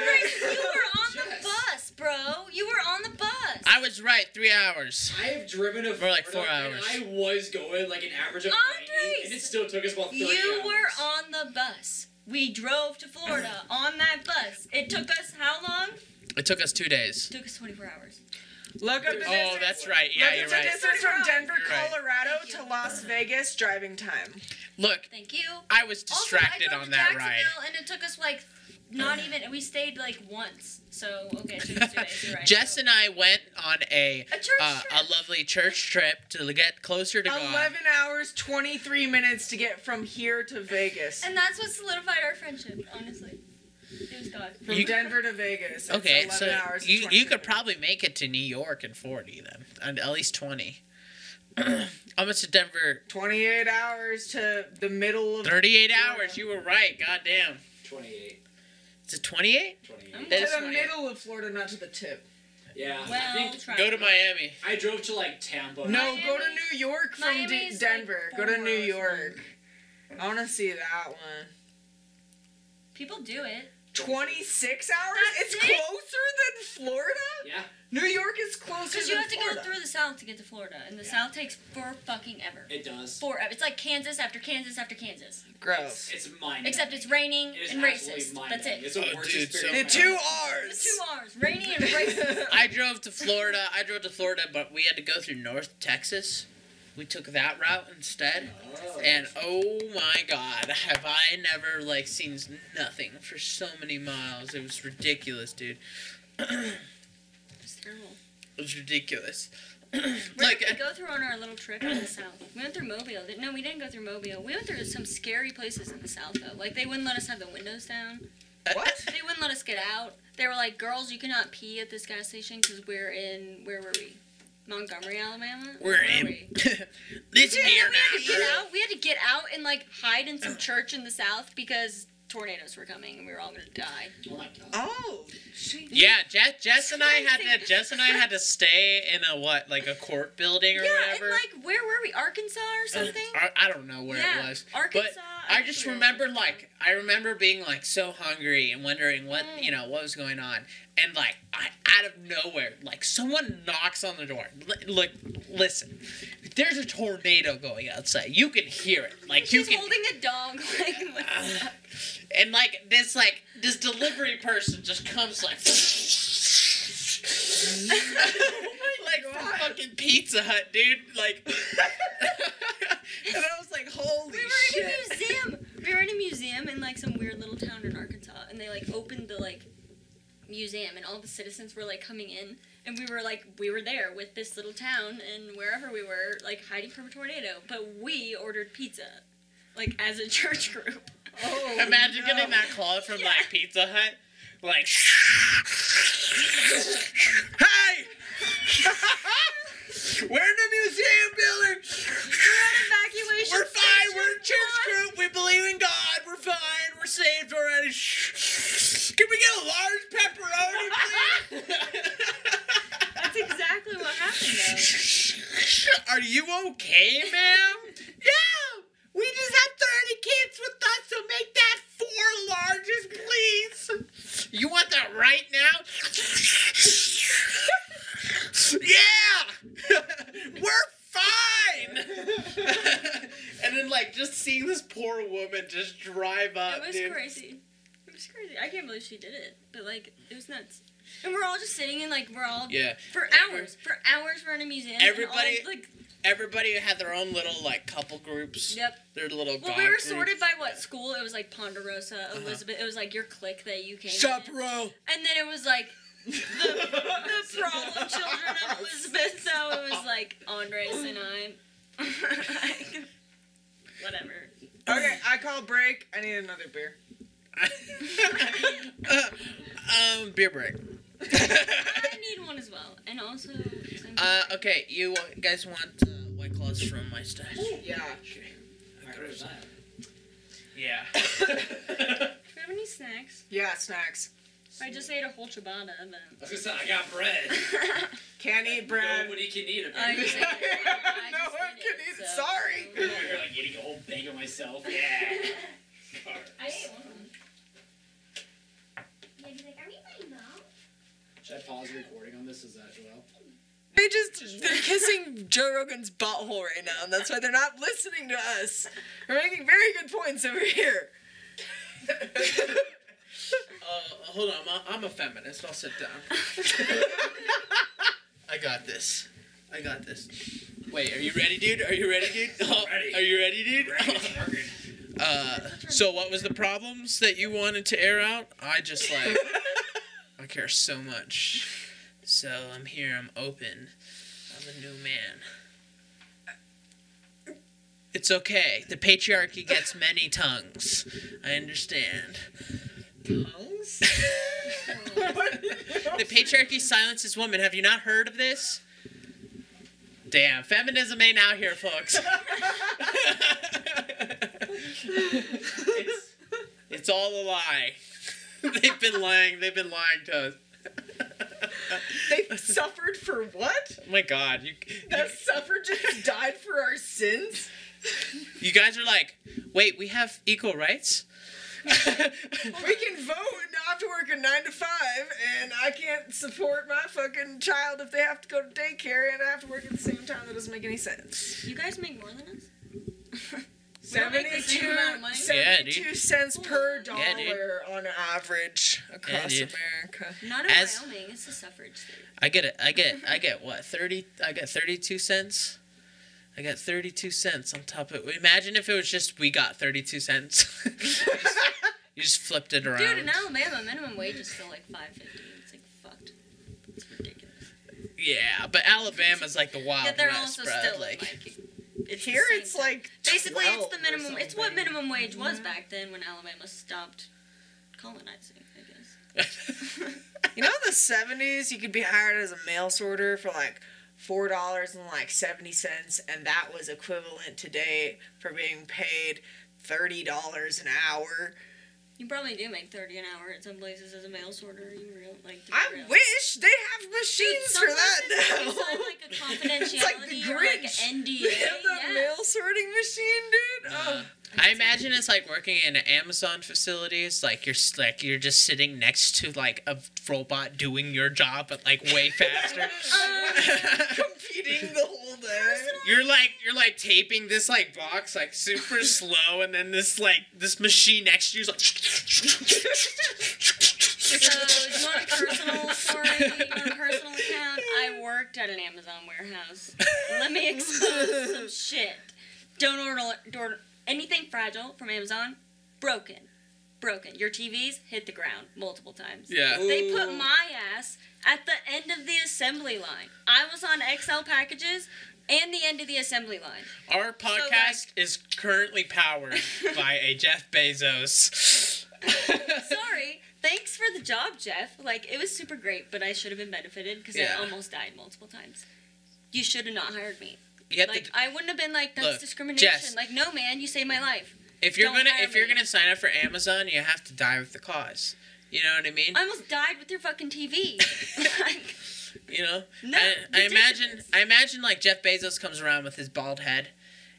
B: Andre, you were on
D: Yes.
B: the bus, bro. You were on the bus.
A: I was right. Three hours.
D: I have driven a
A: For, like, four
D: Florida,
A: hours.
D: And I was going like an average of
B: Andres!
D: 90, and it still took us about 30
B: You
D: hours.
B: were on the bus. We drove to Florida on that bus. It took us how long?
A: It took us two days.
B: It took us 24 hours.
C: Look up the distance.
A: Oh, that's right. Yeah,
C: Look
A: you're
C: up the
A: right.
C: distance from Denver,
A: You're right.
C: Colorado
B: Thank you.
C: to Las Vegas driving time.
A: Look,
B: Thank you.
A: I was
B: Also, I
A: distracted
B: drove
A: on
B: to
A: that ride.
B: Jacksonville, And it took us like not even, and we stayed like once. So, okay, it took us two days. You're right.
A: Jess
B: So-
A: and I went on a
B: A church
A: uh, a
B: trip.
A: lovely church trip to get closer to God.
C: 11 hours, 23 minutes to get from here to Vegas.
B: And that's what solidified our friendship, honestly. It was God.
C: From
A: You-
C: Denver to Vegas. It's
A: Okay,
C: 11
A: so
C: hours and
A: you, you
C: 23
A: could
C: minutes.
A: probably make it to New York in 40 then, and at least 20. Almost to Denver,
C: 28 hours to the middle of
A: 38 hours. You were right. Goddamn.
D: 28.
A: Is it 28?
D: 28.
A: That is
C: to the
A: 28.
C: middle of Florida, not to the tip.
D: Yeah. I
B: Well,
D: think
B: tried.
A: Go to Miami.
D: I drove to like Tampa.
C: No,
B: Miami-
C: go to New York from
B: Miami
C: D-
B: is, like,
C: Denver. go to
B: four
C: New
B: hours
C: York. I want to see that one.
B: People do it.
C: 26 hours?
B: That's
C: it's
B: it?
C: closer than Florida?
D: Yeah.
C: New York is closer
B: Because
C: than
B: you have to
C: Florida.
B: go through the South to get to Florida, and the
D: Yeah.
B: South takes for fucking ever.
D: It does.
B: Forever. It's like Kansas after Kansas after Kansas.
C: Gross.
D: It's mine.
B: Except it's raining
D: It is
B: and
D: absolutely
B: racist.
D: mind-numbing.
B: That's it.
D: It's the
A: Oh,
D: worst
A: dude, so-
D: experience.
C: The
D: of my
C: two
D: life.
B: It's
C: R's.
B: two R's. Raining and racist.
A: I drove to Florida. I drove to Florida, but we had to go through North Texas. We took that route instead.
D: Oh.
A: And oh my god, have I never like seen nothing for so many miles. It was ridiculous, dude.
B: It's terrible.
A: It was ridiculous.
B: Where
A: like
B: did we
A: uh,
B: go through on our little trip in the south? We went through Mobile. Did- No, we didn't go through Mobile. We went through some scary places in the south though. Like they wouldn't let us have the windows down.
C: What?
B: They wouldn't let us get out. They were like, "Girls, you cannot pee at this gas station because we're in where were we? Montgomery, Alabama.
A: we're
B: Where
A: in
B: were we?
A: this
B: Yeah,
A: here
B: we had to get
A: now.
B: out. We had to get out and like hide in some church in the south because tornadoes were coming and we were all gonna die.
D: Oh my god.
C: Oh, she.
A: Yeah, Jess, Jess and I had to.
B: Crazy.
A: Jess and I had to stay in a what, like a court building or
B: yeah,
A: whatever.
B: and like where were we? Arkansas or something?
A: I, I don't know where
B: yeah,
A: it was,
B: Arkansas.
A: but I
B: think
A: just
B: we were in
A: remember
B: Arkansas.
A: like I remember being like so hungry and wondering what
B: Mm.
A: you know what was going on, and like I, out of nowhere, like someone knocks on the door. L- like, listen, there's a tornado going outside. You can hear it. Like you
B: She's
A: can Ah,
B: holding a dog. Like, what's up?
A: and like this like this delivery person just comes like
C: Oh
A: like from fucking Pizza Hut, dude. Like And I was like, holy
B: we were in
A: shit.
B: a museum. We were in a museum in like some weird little town in Arkansas, and they like opened the like museum, and all the citizens were like coming in, and we were like we were there with this little town and wherever we were like hiding from a tornado, but we ordered pizza, like as a church group.
C: Oh,
A: Imagine
C: no.
A: getting that call from
B: Yeah.
A: like Pizza Hut. Like Hey! We're in a museum building!
B: Evacuation.
A: We're fine.
B: station
A: We're a church
B: one.
A: group. We believe in God. We're fine. We're saved already. Shh. Can we get a large pepperoni, please?
B: That's exactly what happened though.
A: Are you okay, ma'am? yeah. We just have 30 kids with us, so make that four largest, please. You want that right now? yeah, we're fine. and then like just seeing this poor woman just drive up,
B: It was
A: Uh, dude.
B: crazy. It was crazy. I can't believe she did it, but like it was nuts. And we're all just sitting in like we're all
A: Yeah,
B: for
A: Every-
B: hours. For hours we're in a museum. and
A: Everybody-
B: all, like
A: everybody had their own little like couple groups.
B: yep.
A: Their little.
B: Well,
A: god
B: we were
A: groups.
B: sorted by what school? It was like Ponderosa,
A: Uh-huh.
B: Elizabeth. It was like your clique that you came. in.
A: Chaparral.
B: And then it was like the problem children of Elizabeth. So it was like Andres and I. Like, Whatever.
C: Okay, I call break. I need another beer.
A: um, beer break.
B: I need one as well, and also. some-
A: uh, okay, you wa- guys want uh, white claws from my stash?
C: Yeah.
D: I heard of that.
A: Yeah.
D: I
B: Do we have any snacks?
C: Yeah, snacks.
B: I just ate a whole ciabatta, but.
D: was gonna say I got bread.
C: Can't eat bread.
D: Nobody can eat it.
B: I
C: no one
B: just ate
D: Apparently.
B: it. I just ate
C: can
B: it,
C: eat it.
B: so-
C: Sorry.
D: I'm over here like eating a whole bag of myself. Yeah.
E: I ate one. Yeah, he's like, are we playing now?
D: Should I pause the recording on this? Is that Joel?
C: They just they're kissing Joe Rogan's butthole right now, and that's why they're not listening to us. We're making very good points over here.
A: Uh, hold on, Ma- I'm a feminist. I'll sit down. I got this. I got this. Wait, are you ready, dude? Are you ready, dude?
D: Ready.
A: Are you ready, dude?
D: Ready.
A: uh, so what was the problems that you wanted to air out? I just like I care so much. So I'm here. I'm open. I'm a new man. It's okay. The patriarchy gets many tongues. I understand. The patriarchy silences women. Have you not heard of this? Damn, feminism ain't out here, folks. it's, it's all a lie. They've been lying. They've been lying to us.
C: They suffered for what?
A: Oh my God, you
C: The suffragists died for our sins.
A: you guys are like, wait, we have equal rights.
C: We can vote and not have to work a nine to five, and I can't support my fucking child if they have to go to daycare and I have to work at the same time. That doesn't make any sense.
B: You guys make more than us? don't make the same
C: 72,
B: amount of money.
A: Yeah,
C: 72
A: dude.
C: cents per dollar
A: Yeah, dude.
C: on average across
A: dude.
C: America.
B: Not in
A: As-
B: Wyoming. It's a suffrage state.
A: I get it. I get. I get what thirty. I get thirty-two cents. I got thirty-two cents on top of. Imagine if it was just we got thirty-two cents. you, just, you just flipped it around.
B: Dude, in Alabama, minimum wage is still like five fifty. It's like fucked. It's ridiculous.
A: Yeah, but Alabama's like the wild
B: Yet they're
A: west,
B: also
A: bro.
B: still
A: like,
B: like. It's the
C: Here
B: same
C: it's
B: thing.
C: like
B: Basically, it's
C: 12
B: the
C: or
B: minimum. It's what
C: something.
B: minimum wage was back then when Alabama stopped colonizing. I guess.
C: You know, in the seventies, you could be hired as a mail sorter for like four dollars and like seventy cents, and that was equivalent today for being paid thirty dollars an hour.
B: You probably do make thirty an hour at some places as a mail sorter. You real like. to be
C: I
B: real.
C: wish they have machines
B: Some
C: for that
B: places
C: now.
B: you sign, like a
C: it's like the
B: confidentiality or like an
C: Grinch.
B: NDA.
C: They have that
B: yeah.
C: mail sorting machine, dude.
A: uh,
C: Oh.
A: I imagine it's like working in Amazon facilities. Like you're s- like you're just sitting next to like a robot doing your job, but like way faster.
C: Uh, Competing the whole day.
A: You're like you're like taping this like box like super slow, and then this like this machine next to you is like.
B: So, do you want a personal story? You want a personal account? I worked at an Amazon warehouse. Let me expose some shit. Don't order, order anything fragile from Amazon. Broken. Broken. Your TVs hit the ground multiple times.
A: yeah.
B: They put my ass at the end of the assembly line. I was on XL packages and the end of the assembly line.
A: Our podcast is currently powered by a Jeff Bezos.
B: Sorry. Thanks for the job, Jeff. Like it was super great, but I should have been benefited because
A: Yeah.
B: I almost died multiple times. You should have not hired me.
A: You have to-
B: Like I wouldn't have been like that's
A: Look,
B: discrimination.
A: Jess.
B: Like no, man, you saved my life.
A: if you're
B: Don't
A: gonna
B: hire
A: if you're
B: me.
A: gonna sign up for Amazon, you have to die with the cause. You know what I mean?
B: I almost died with your fucking TV. Like,
A: you know,
B: No,
A: I, I imagine
B: ridiculous.
A: I imagine like Jeff Bezos comes around with his bald head,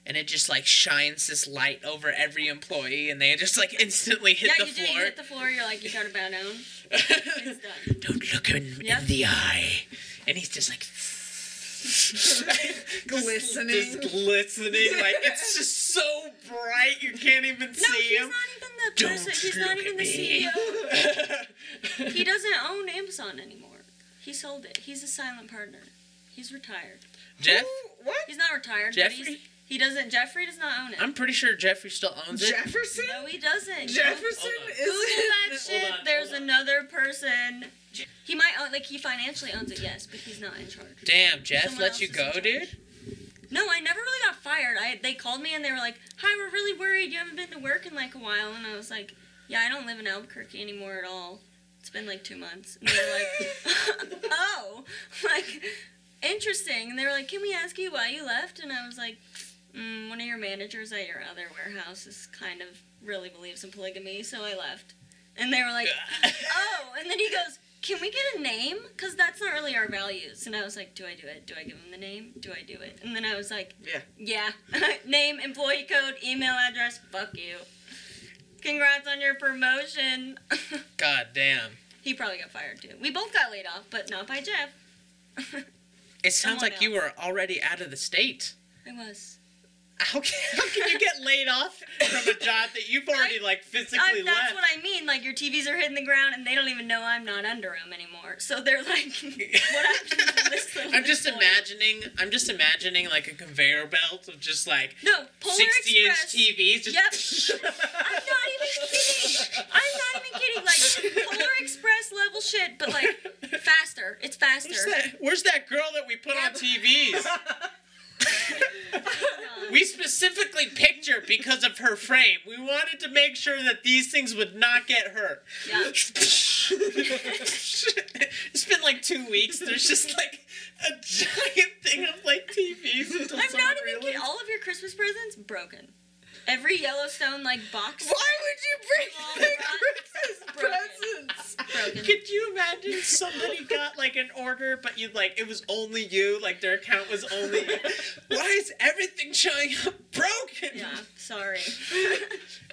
A: and it just like shines this light over every employee, and they just like instantly hit
B: yeah,
A: the
B: you do. You
A: floor.
B: hit the floor. You're like you gotta bow down. It's done.
A: Don't look him
B: Yeah.
A: in the eye, and he's just like.
C: Glistening.
A: Just glistening. Like, it's just so bright you can't even
B: No,
A: see
B: he's
A: him.
B: not even the
A: Don't
B: person. He's not
A: look
B: even
A: at
B: the
A: me.
B: CEO. He doesn't own Amazon anymore. He sold it. He's a silent partner. He's retired.
A: Jeff?
C: Who- What?
B: He's not retired. But he's,
A: Jeffrey?
B: he doesn't. Jeffrey does not own it.
A: I'm pretty sure Jeffrey still owns it.
C: Jefferson?
B: no, he doesn't.
C: Jefferson
A: Hold on.
C: is.
B: Google that
D: Hold
B: shit.
D: on,
B: There's
D: hold on.
B: another person. He might own, like he financially owns it, yes, but he's not in charge.
A: Damn, Jeff
B: Someone
A: let
B: else
A: you
B: is in
A: go,
B: charge.
A: dude?
B: No, I never really got fired. I they called me and they were like, "Hi, we're really worried. You haven't been to work in like a while." And I was like, "Yeah, I don't live in Albuquerque anymore at all. It's been like two months." And they were like, "Oh, like interesting." And they were like, "Can we ask you why you left?" And I was like, mm, "One of your managers at your other warehouse is kind of really believes in polygamy, so I left." And they were like, "Oh," and then he goes. Can we get a name? Because that's not really our values. And I was like, do I do it? Do I give him the name? Do I do it? And then I was like,
C: Yeah.
B: yeah. Name, employee code, email address. Fuck you. Congrats on your promotion.
A: God damn.
B: he probably got fired too. We both got laid off, but not by Jeff.
A: It sounds
B: Someone
A: like you were already out of the state.
B: I was.
A: How can, how can you get laid off from a job that you've already, like,
B: I,
A: physically left?
B: that's what I mean. Like your TVs are hitting the ground, and they don't even know I'm not under them anymore. So they're like, what happened to this little
A: I'm just
B: employee?
A: imagining. I'm just imagining like a conveyor belt of just like
B: No, Polar
A: 60
B: Express.
A: inch TVs. Just
B: I'm not even kidding. I'm not even kidding. Like Polar Express level shit, but like faster. It's
A: Where's
B: faster.
A: that, where's that girl that we put on TVs? we specifically pictured because of her frame. We wanted to make sure that these things would not get hurt.
B: Yeah.
A: it's been like two weeks. There's just like a giant thing of like TVs. until someone
B: I'm not even kidding.
A: realized-
B: All of your Christmas presents broken. Every Yellowstone like box
C: Why
A: Oh,
C: would you bring the Christmas presents?
B: broken.
A: Could you imagine somebody got like an order, but you like it was only you, like their account was only. you? Why is everything showing up broken?
B: Yeah, sorry.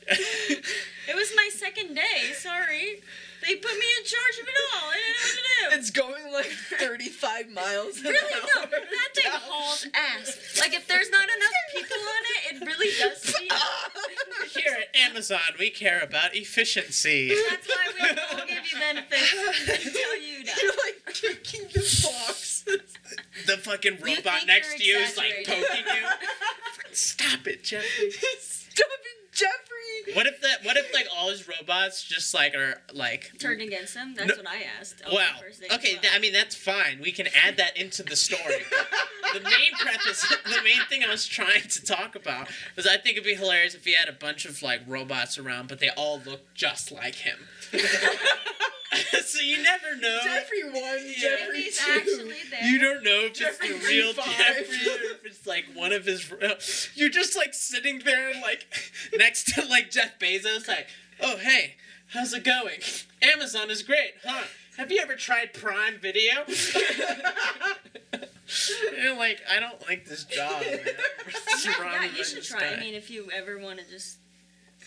B: It was my second day. Sorry. They put me in charge of it all. I didn't know what to do.
C: It's going like 35 miles an
B: Really, no.
C: hour.
B: That thing hauls ass. Like if there's not enough people on it, it really does. Speed. up.
A: Here at Amazon, we care about efficiency.
B: That's why we will give you benefits until you die.
C: You're like kicking the box.
A: The fucking
B: You
A: robot
B: think
A: next to you
B: you're
A: is like poking you. Stop it, Jeffrey.
C: Stop it, Jeffrey.
A: What if that? What if like all his robots just like are like.
B: Turned against them. That's
A: No-
B: what I asked. on
A: Wow.
B: the first day.
A: Okay,
B: Wow.
A: th- I mean that's fine. We can add that into the story. the main preface, the main thing I was trying to talk about was I think it'd be hilarious if he had a bunch of like robots around, but they all look just like him. so you never know.
C: Jeffrey one,
B: If
C: Jeffrey
B: he's
C: two.
B: actually there.
A: You don't know if
C: Jeffrey
A: it's the real
C: five.
A: Jeffrey or if it's like one of his. You're just like sitting there, like next to like Jeff Bezos, like, oh hey, how's it going? Amazon is great, huh? Have you ever tried Prime Video? You're like, I don't like this job. Man. What's wrong
B: yeah,
A: with
B: you should
A: this
B: try. I
A: guy?
B: mean, if you ever want to just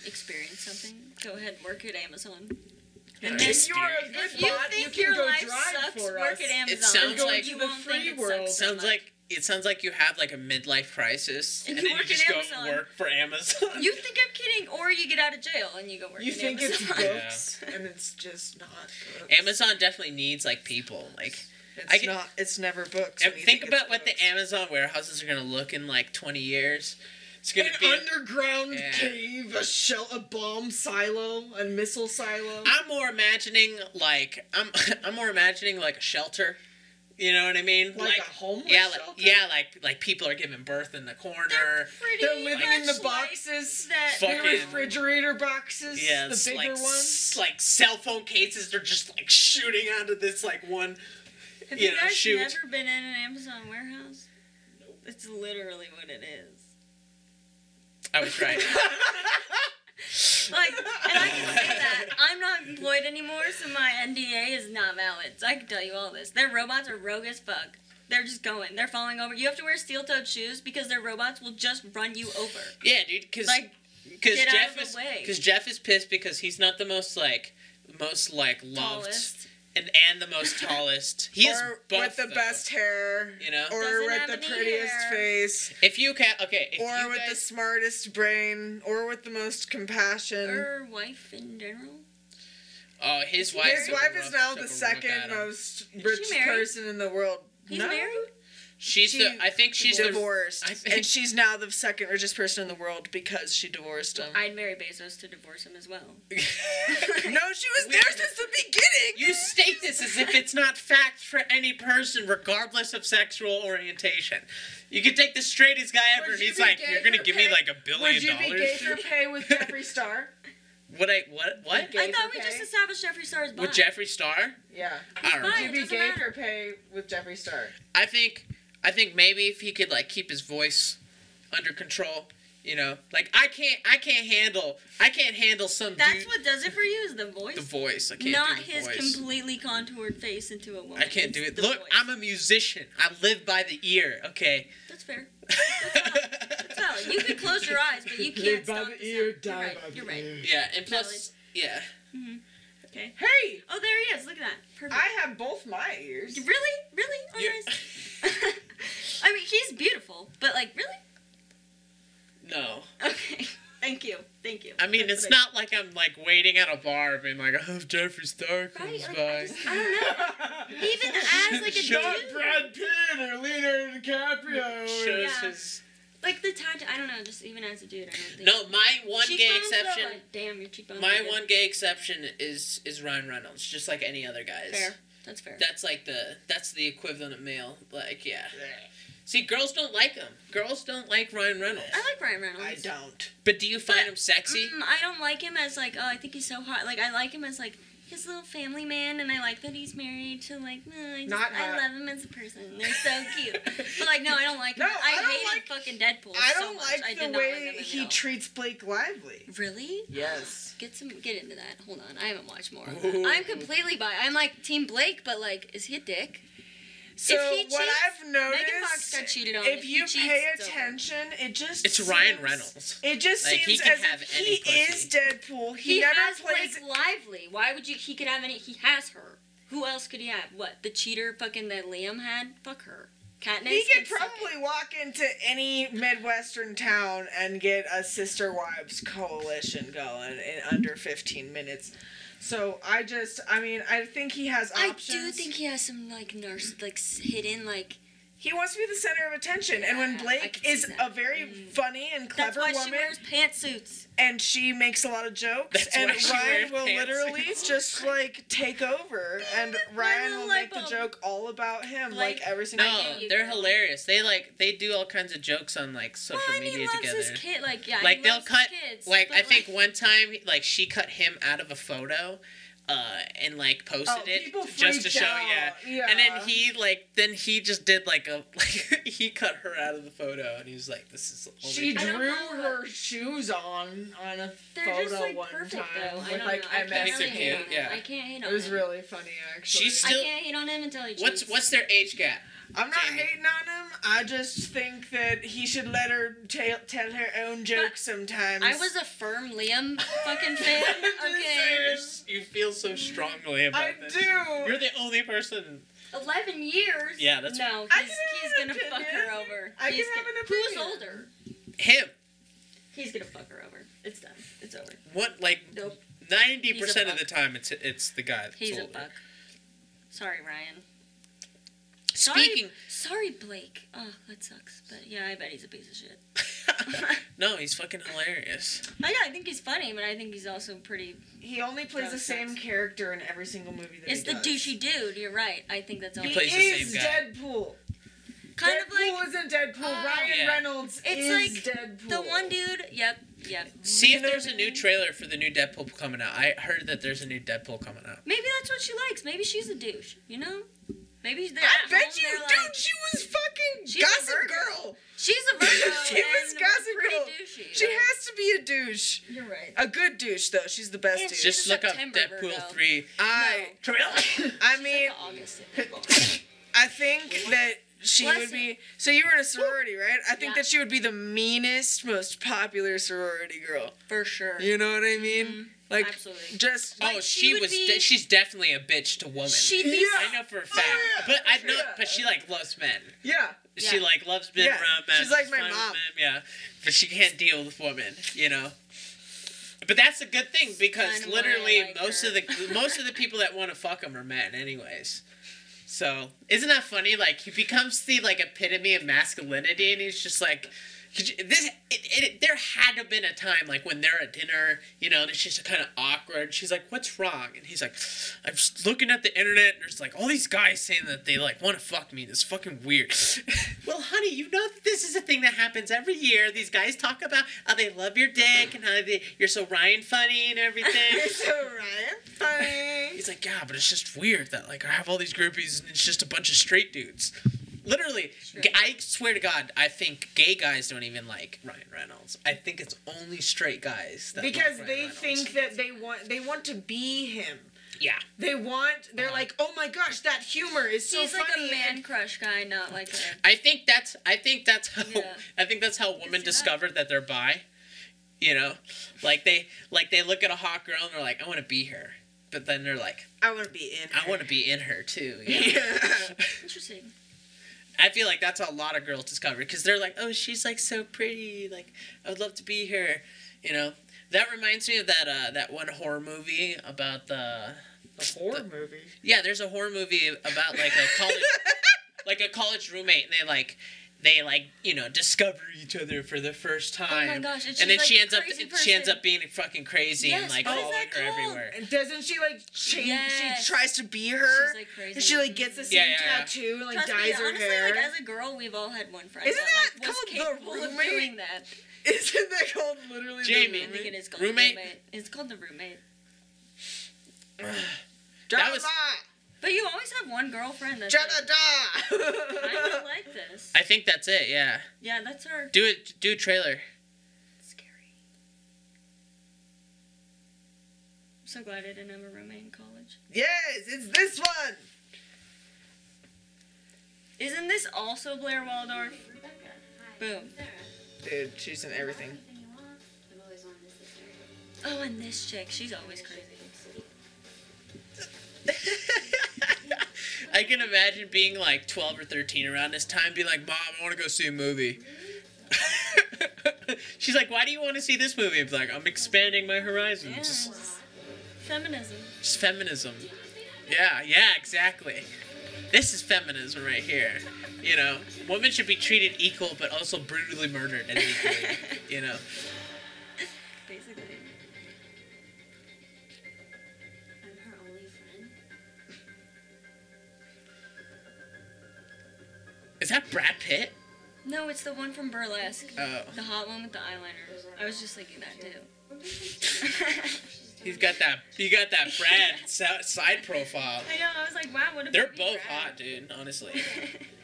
B: experience something, go ahead, work at Amazon.
A: Yeah.
B: And then
C: If you are a
B: if
C: good
B: you
C: bot, you
B: think
C: can
B: your
C: go
B: life
C: drive
B: sucks,
C: for
B: work
C: us.
B: at Amazon.
A: sounds
B: You
A: like-
B: won't
C: the
B: think
C: free
B: it sucks
C: world.
B: so
A: sounds
B: much.
A: like it sounds like you have like a midlife crisis,
B: And
A: and,
B: you
A: then you
B: work at
A: just go
B: Amazon.
A: and work for Amazon.
B: you think I'm kidding, or you get out of jail and you go work.
C: You
B: at
C: think it's
B: Amazon.
C: books, and it's just not books.
A: Amazon definitely needs like people, like.
C: It's
A: I can-
C: not. It's never books.
A: And
C: when you
A: think
C: it's
A: about what the
C: books.
A: Amazon warehouses are gonna look in like twenty years. It's gonna
C: An
A: be.
C: underground
A: Yeah.
C: cave, a shell, a bomb silo, a missile silo.
A: I'm more imagining like I'm. I'm more imagining like a shelter. You know what I mean?
C: like, a homeless
A: yeah, like,
C: shelter.
A: yeah, like like people are giving birth in the corner.
B: Pretty
C: They're living in the
B: much like
C: boxes,
B: that.
A: Fuck
C: the
A: Fucking-
C: refrigerator boxes,
A: Yeah,
C: the
A: it's
C: bigger
A: like
C: ones.
A: s- like cell phone cases. They're just like shooting onto this like one.
B: Have
A: you
B: you,
A: know,
B: guys
A: shoot.
B: never been in an Amazon warehouse? It's literally what it is.
A: I was right.
B: Like, and I can say that I'm not employed anymore, so my NDA is not valid. So I can tell you all this. Their robots are rogue as fuck. They're just going. They're falling over. You have to wear steel-toed shoes because their robots will just run you over.
A: yeah, dude. Because
B: Like,
A: because
B: get out
A: Jeff
B: of the
A: is
B: way.
A: because Jeff is pissed because he's not the most like most like loved.
B: tallest.
A: and and the most tallest. He is
C: or
A: buff,
C: with the
A: though,
C: best hair,
A: You know,
C: or
B: Doesn't
C: with
B: have
C: the
B: any
C: prettiest
B: hair.
C: face,
A: if you can, okay, if
C: or
A: you
C: with the
A: guys,
C: smartest brain, or with the most compassion.
B: Her er, wife in general.
A: oh, his wife.
C: His
A: took a
C: wife
A: rough-
C: is now
A: took
C: the
A: a rough at
C: second
A: him.
C: most
B: she
C: rich
B: married?
C: person in the world.
B: He's
C: no,
B: married.
A: She's
C: she
A: the. I think she's the.
C: divorced,
A: I think-
C: and she's now the second richest person in the world because she divorced him.
B: I'd marry Bezos to divorce him as well.
C: no, she was there since the beginning.
A: You state this as if it's not fact for any person, regardless of sexual orientation. You could take the straightest guy ever,
C: Would
A: and
C: you
A: he's
C: be
A: like,
C: gay
A: "You're gonna
C: for
A: give
C: pay-
A: me like a billion dollars."
C: pay with Jeffree Star?
A: What I what what
B: I thought we just established Jeffree Star is bi.
A: with Jeffree Star?
C: Yeah.
A: I don't know.
B: Fine, it doesn't matter.
C: or pay with Jeffree Star?
A: I think I think maybe if he could like keep his voice under control, you know, like I can't I can't handle I can't handle some
B: That's
A: dude
B: what does it for you is the voice.
A: the voice. I can't
B: Not
A: do the
B: his
A: voice.
B: completely contoured face into a woman.
A: I can't do
B: It's
A: it.
B: the
A: Look,
B: voice.
A: I'm a musician. I live by the ear. Okay.
B: That's fair. That's valid. You can close your eyes, but you can't
D: by
B: stop
D: the
B: the
D: ear,
B: sound.
D: die
B: You're right.
D: by the
B: You're right.
D: ear.
A: yeah, and plus, yeah.
B: Okay.
C: Hey,
B: Oh, there he is. Look at that. Perfect.
C: I have both my ears.
B: Really? Really? Oh,
A: You're-
B: nice. I mean, he's beautiful, but like, really?
A: No,
B: Okay. Thank you. Thank you.
A: I mean
B: That's
A: it's not
B: what
A: like I'm like waiting at a bar being like, I hope Jeffree Star comes
B: Right, like,
A: by.
B: I, just, I don't know. Even as like a dude,
D: Pitt or Leonardo DiCaprio.
A: Shows
B: Yeah.
A: his-
B: like the tattoo. I don't know. Just even as a dude, I don't think.
A: No, my one gay
B: Cheekbones, though,
A: exception.
B: like, damn, your cheekbones. are
A: My
B: good.
A: one gay exception is is Ryan Reynolds, just like any other guys.
B: Fair. That's fair.
A: That's like the that's the equivalent of male. Like yeah. See, girls don't like him. Girls don't like Ryan Reynolds.
B: I like Ryan Reynolds.
C: I don't.
A: But do you find
B: But-
A: him sexy?
B: Mm, I don't like him as like. Oh, I think he's so hot. Like I like him as like. His little family man, and I like that he's married to like. uh, I, just-
C: Not
B: I
C: hot.
B: love him as a person. They're so cute. But like, no, I don't like.
C: No,
B: him. I,
C: I don't
B: hated
C: like-
B: fucking Deadpool.
C: I
B: so
C: don't
B: much.
C: like
B: I did
C: the
B: not
C: way
B: like him
C: he
B: at all.
C: treats Blake Lively.
B: Really?
C: Yes.
B: Get some. Get into that. Hold on. I haven't watched more. on
A: Ooh.
B: that. I'm completely by. I'm like Team Blake, but like, is he a dick?
C: So
B: he
C: what
B: cheats,
C: I've noticed,
B: Megan Fox got cheated on.
C: if
B: he
C: you
B: cheats,
C: pay
B: it's over.
C: attention, it just
A: It's Ryan
C: seems-
A: Reynolds.
C: It just
A: Like, he
C: seems
A: can
C: as
A: have
C: if
A: any
C: he
A: pussy.
C: is Deadpool. He,
B: He,
C: never
B: has
C: plays.
B: Blake Lively. Why would you? He could have any. He has her. Who else could he have? What the cheater fucking that Liam had? Fuck her. Katniss.
C: He
B: can
C: could
B: suck it.
C: probably walk into any Midwestern town and get a sister wives coalition going in under 15 minutes. So I just, I mean, I think he has
B: I
C: options.
B: do think he has some like narciss like s- hidden like.
C: he wants to be the center of attention. and when
B: Yeah, I
C: Blake
B: can see
C: is
B: that. Mm-hmm.
C: a very funny and
B: That's
C: clever
B: why
C: woman,
B: she wears pantsuits.
C: and she makes a lot of jokes,
A: That's
C: and
A: why she
C: Ryan
A: wears
C: will
A: pants.
C: literally just like take over, and
B: my
C: Ryan
B: little
C: will make the
B: light bulb.
C: joke all about him,
B: Blake,
C: like every single
A: No,
B: get you,
A: they're
B: girl.
A: hilarious. They like they do all kinds of jokes on like social
B: Well, and he
A: media
B: loves
A: together.
B: his kid. Like yeah,
A: like
B: he
A: they'll
B: loves
A: cut
B: his kids,
A: like
B: but,
A: I think one time like she cut him out of a photo uh and like posted
C: Oh,
A: it
C: people
A: just to
C: freaked
A: show yeah.
C: out.
A: and
C: Yeah.
A: then he like then he just did like a like he cut her out of the photo and he was like this is the only
C: She
B: I don't
C: drew
B: know.
C: her shoes on on a
B: They're
C: photo
B: just like
C: one
B: perfect
C: time
B: though. I
C: with
B: don't
C: like
B: know. I
A: I think
B: can't
C: MS.
A: they're
B: really hate
A: cute,
B: on him.
A: yeah.
B: I can't hate on
C: It was
B: him.
C: really funny actually.
A: She's
B: I
A: still-
B: can't hate on him until he cheats.
A: What's what's their age gap?
C: I'm not
A: Jamie.
C: hating on him. I just think that he should let her tell tell her own jokes sometimes.
B: I was a firm Liam fucking fan.
A: You're
B: Okay,
A: s- You feel so strongly about
C: I
A: this.
C: do.
A: You're the only person.
B: eleven years.
A: Yeah, that's-
B: no.
C: I
B: He's,
C: can
B: he's
C: have an
B: gonna fuck
C: opinion.
B: her over.
C: I
B: He's
C: can have
B: gonna-
C: an
B: Who's
C: opinion.
B: older?
A: Him.
B: He's gonna fuck her over. It's done. It's over.
A: What like
B: Nope.
A: ninety
B: He's a
A: percent of the
B: fuck.
A: time it's it's the guy. That's
B: He's a
A: older.
B: fuck. Sorry, Ryan. Sorry-
A: Speaking.
B: Sorry, Blake. Oh, that sucks. But yeah, I bet he's a piece of shit.
A: no, he's fucking hilarious.
B: I, yeah, I think he's funny, but I think he's also pretty.
C: He only plays the
B: Those
C: same
B: jokes.
C: character in every single movie that
B: It's
C: he
B: the
C: does.
B: douchey dude. You're right. I think that's all.
C: He
A: He plays the
C: is
A: same guy.
C: Deadpool.
B: kind
C: Deadpool
B: of like
C: isn't Deadpool.
B: Oh.
C: Ryan
A: Yeah.
C: Reynolds
B: It's
C: is
B: like
C: Deadpool.
B: the one dude. Yep. Yep.
A: See if there's a new trailer for the new Deadpool coming out. I heard that there's a new Deadpool coming out.
B: Maybe that's what she likes. Maybe she's a douche. You know? Maybe they're
C: I
B: at home,
C: bet you,
B: they're
C: dude,
B: like,
C: she was fucking
B: She's a
C: Gossip
B: Virgo.
C: Girl.
B: she's a Virgo.
C: She was
B: and
C: Gossip
B: pretty
C: Girl.
B: douchey.
C: She has to be a douche.
B: You're right.
C: A good douche though. She's the best
B: And
C: douche.
B: she's-
A: Just
B: a
A: look up
B: September
A: Deadpool
B: Virgo.
A: three.
C: I
A: Trailer.
C: I
B: She's
C: mean
B: like a August.
C: I think that she
B: Bless
C: would be. So you were in a sorority, right? I think
B: Yeah.
C: that she would be the meanest, most popular sorority girl.
B: For sure. Mm-hmm.
C: You know what I mean? Like,
B: Absolutely.
C: just
A: Oh, she,
B: Like, she would
A: was.
B: be-
A: de- she's definitely a bitch to women.
B: She'd be
C: Yeah.
A: I know for a fact.
C: yeah,
A: but I know.
C: yeah.
A: But she like loves men.
C: yeah,
A: She
B: Yeah.
A: like loves men
C: Yeah,
A: around men.
C: she's like my
A: fine with
C: mom.
A: men, yeah, but she can't deal with women. You know. But that's a good thing because
B: Kinda why I
A: literally
B: like
A: most
B: her.
A: of the most of the people that want to fuck him are men, anyways. So isn't that funny? Like he becomes the like epitome of masculinity, and he's just like. Could you- This it, it, there had to have been a time like when they're at dinner, you know, and it's just kind of awkward. She's like, "What's wrong?" And he's like, "I'm just looking at the internet. And there's like all these guys saying that they like want to fuck me. This is fucking weird." well, honey, you know that this is a thing that happens every year. These guys talk about how they love your dick and how they, you're so Ryan funny and everything.
C: funny.
A: He's like, yeah, but it's just weird that like I have all these groupies and it's just a bunch of straight dudes. Literally, g- I swear to God, I think gay guys don't even like Ryan Reynolds. I think it's only straight guys that like
C: Because
A: Ryan
C: they
A: Reynolds.
C: think that they want they want to be him.
A: yeah,
C: They want. They're
A: Uh-huh.
C: like, oh my gosh, that humor is so
B: He's like
C: funny.
B: a man crush guy, not like a.
A: I think that's I think that's how
B: Yeah.
A: I think that's how women
B: see that.
A: discover that. they're bi. You know, like they like they look at a hot girl and they're like, I want to be her, but then they're like,
C: I want to be in.
A: I want to be in her too. you know?
B: Interesting.
A: I feel like that's how a lot of girls discover because they're like, oh, she's like so pretty. Like, I would love to be her. You know, that reminds me of that uh, that one horror movie about the
C: horror movie.
A: yeah. There's a horror movie about like a college like a college roommate, and they like they like you know discover each other for the first time.
B: gosh, and Oh she's,
A: then
B: like,
A: she
B: a
A: ends up
B: crazy
A: she ends
B: person.
A: up being fucking crazy and
B: Yes,
A: like
B: what is
A: following
B: that
A: her
B: called?
A: everywhere.
C: And doesn't she like change?
B: Yes.
C: She tries to be her.
B: She's like crazy.
C: And she like gets the same
A: Yeah, yeah, yeah.
C: tattoo and like
B: Trust
C: dyes
B: me,
C: her
B: honestly,
C: hair.
B: like as a girl, we've all had one friend.
C: Isn't
B: that,
C: that
B: like, was
C: called The
B: capable of
C: Roommate?
B: doing that?
C: Isn't that called literally
A: Jamie.
B: I
C: The
B: think
C: roommate?
B: it is called
A: Roommate?
B: the roommate. It's called the roommate.
A: That was-
C: Drama.
B: But you always have one girlfriend that's like, I
C: Jada
B: don't like this.
A: I think that's it. Yeah,
B: Yeah, that's her.
A: do it. Do a trailer.
B: Scary. I'm so glad I didn't have a roommate in college.
C: Yes, it's this one.
B: Isn't this also Blair Waldorf? Boom.
C: Dude, she's in everything.
G: I'm always on this sister.
B: Oh, and this chick, she's always crazy.
A: I can imagine being like 12 or 13 around this time, being like, Mom, I want to go see a movie. She's like, Why do you want to see this movie? I'm like, I'm expanding my horizons.
B: Yes. Feminism.
A: It's feminism. Yeah, yeah, exactly. This is feminism right here. You know, women should be treated equal, but also brutally murdered and equally. You know,
B: Basically.
G: I'm her only friend.
A: is that Brad Pitt?
B: No, it's the one from Burlesque.
A: Oh,
B: The hot one with the eyeliner. I was just thinking that too.
A: he's got that. He got that Brad si- side profile.
B: I know, I was like, wow, what a
A: They're
B: pretty
A: both
B: drag.
A: hot, dude. Honestly,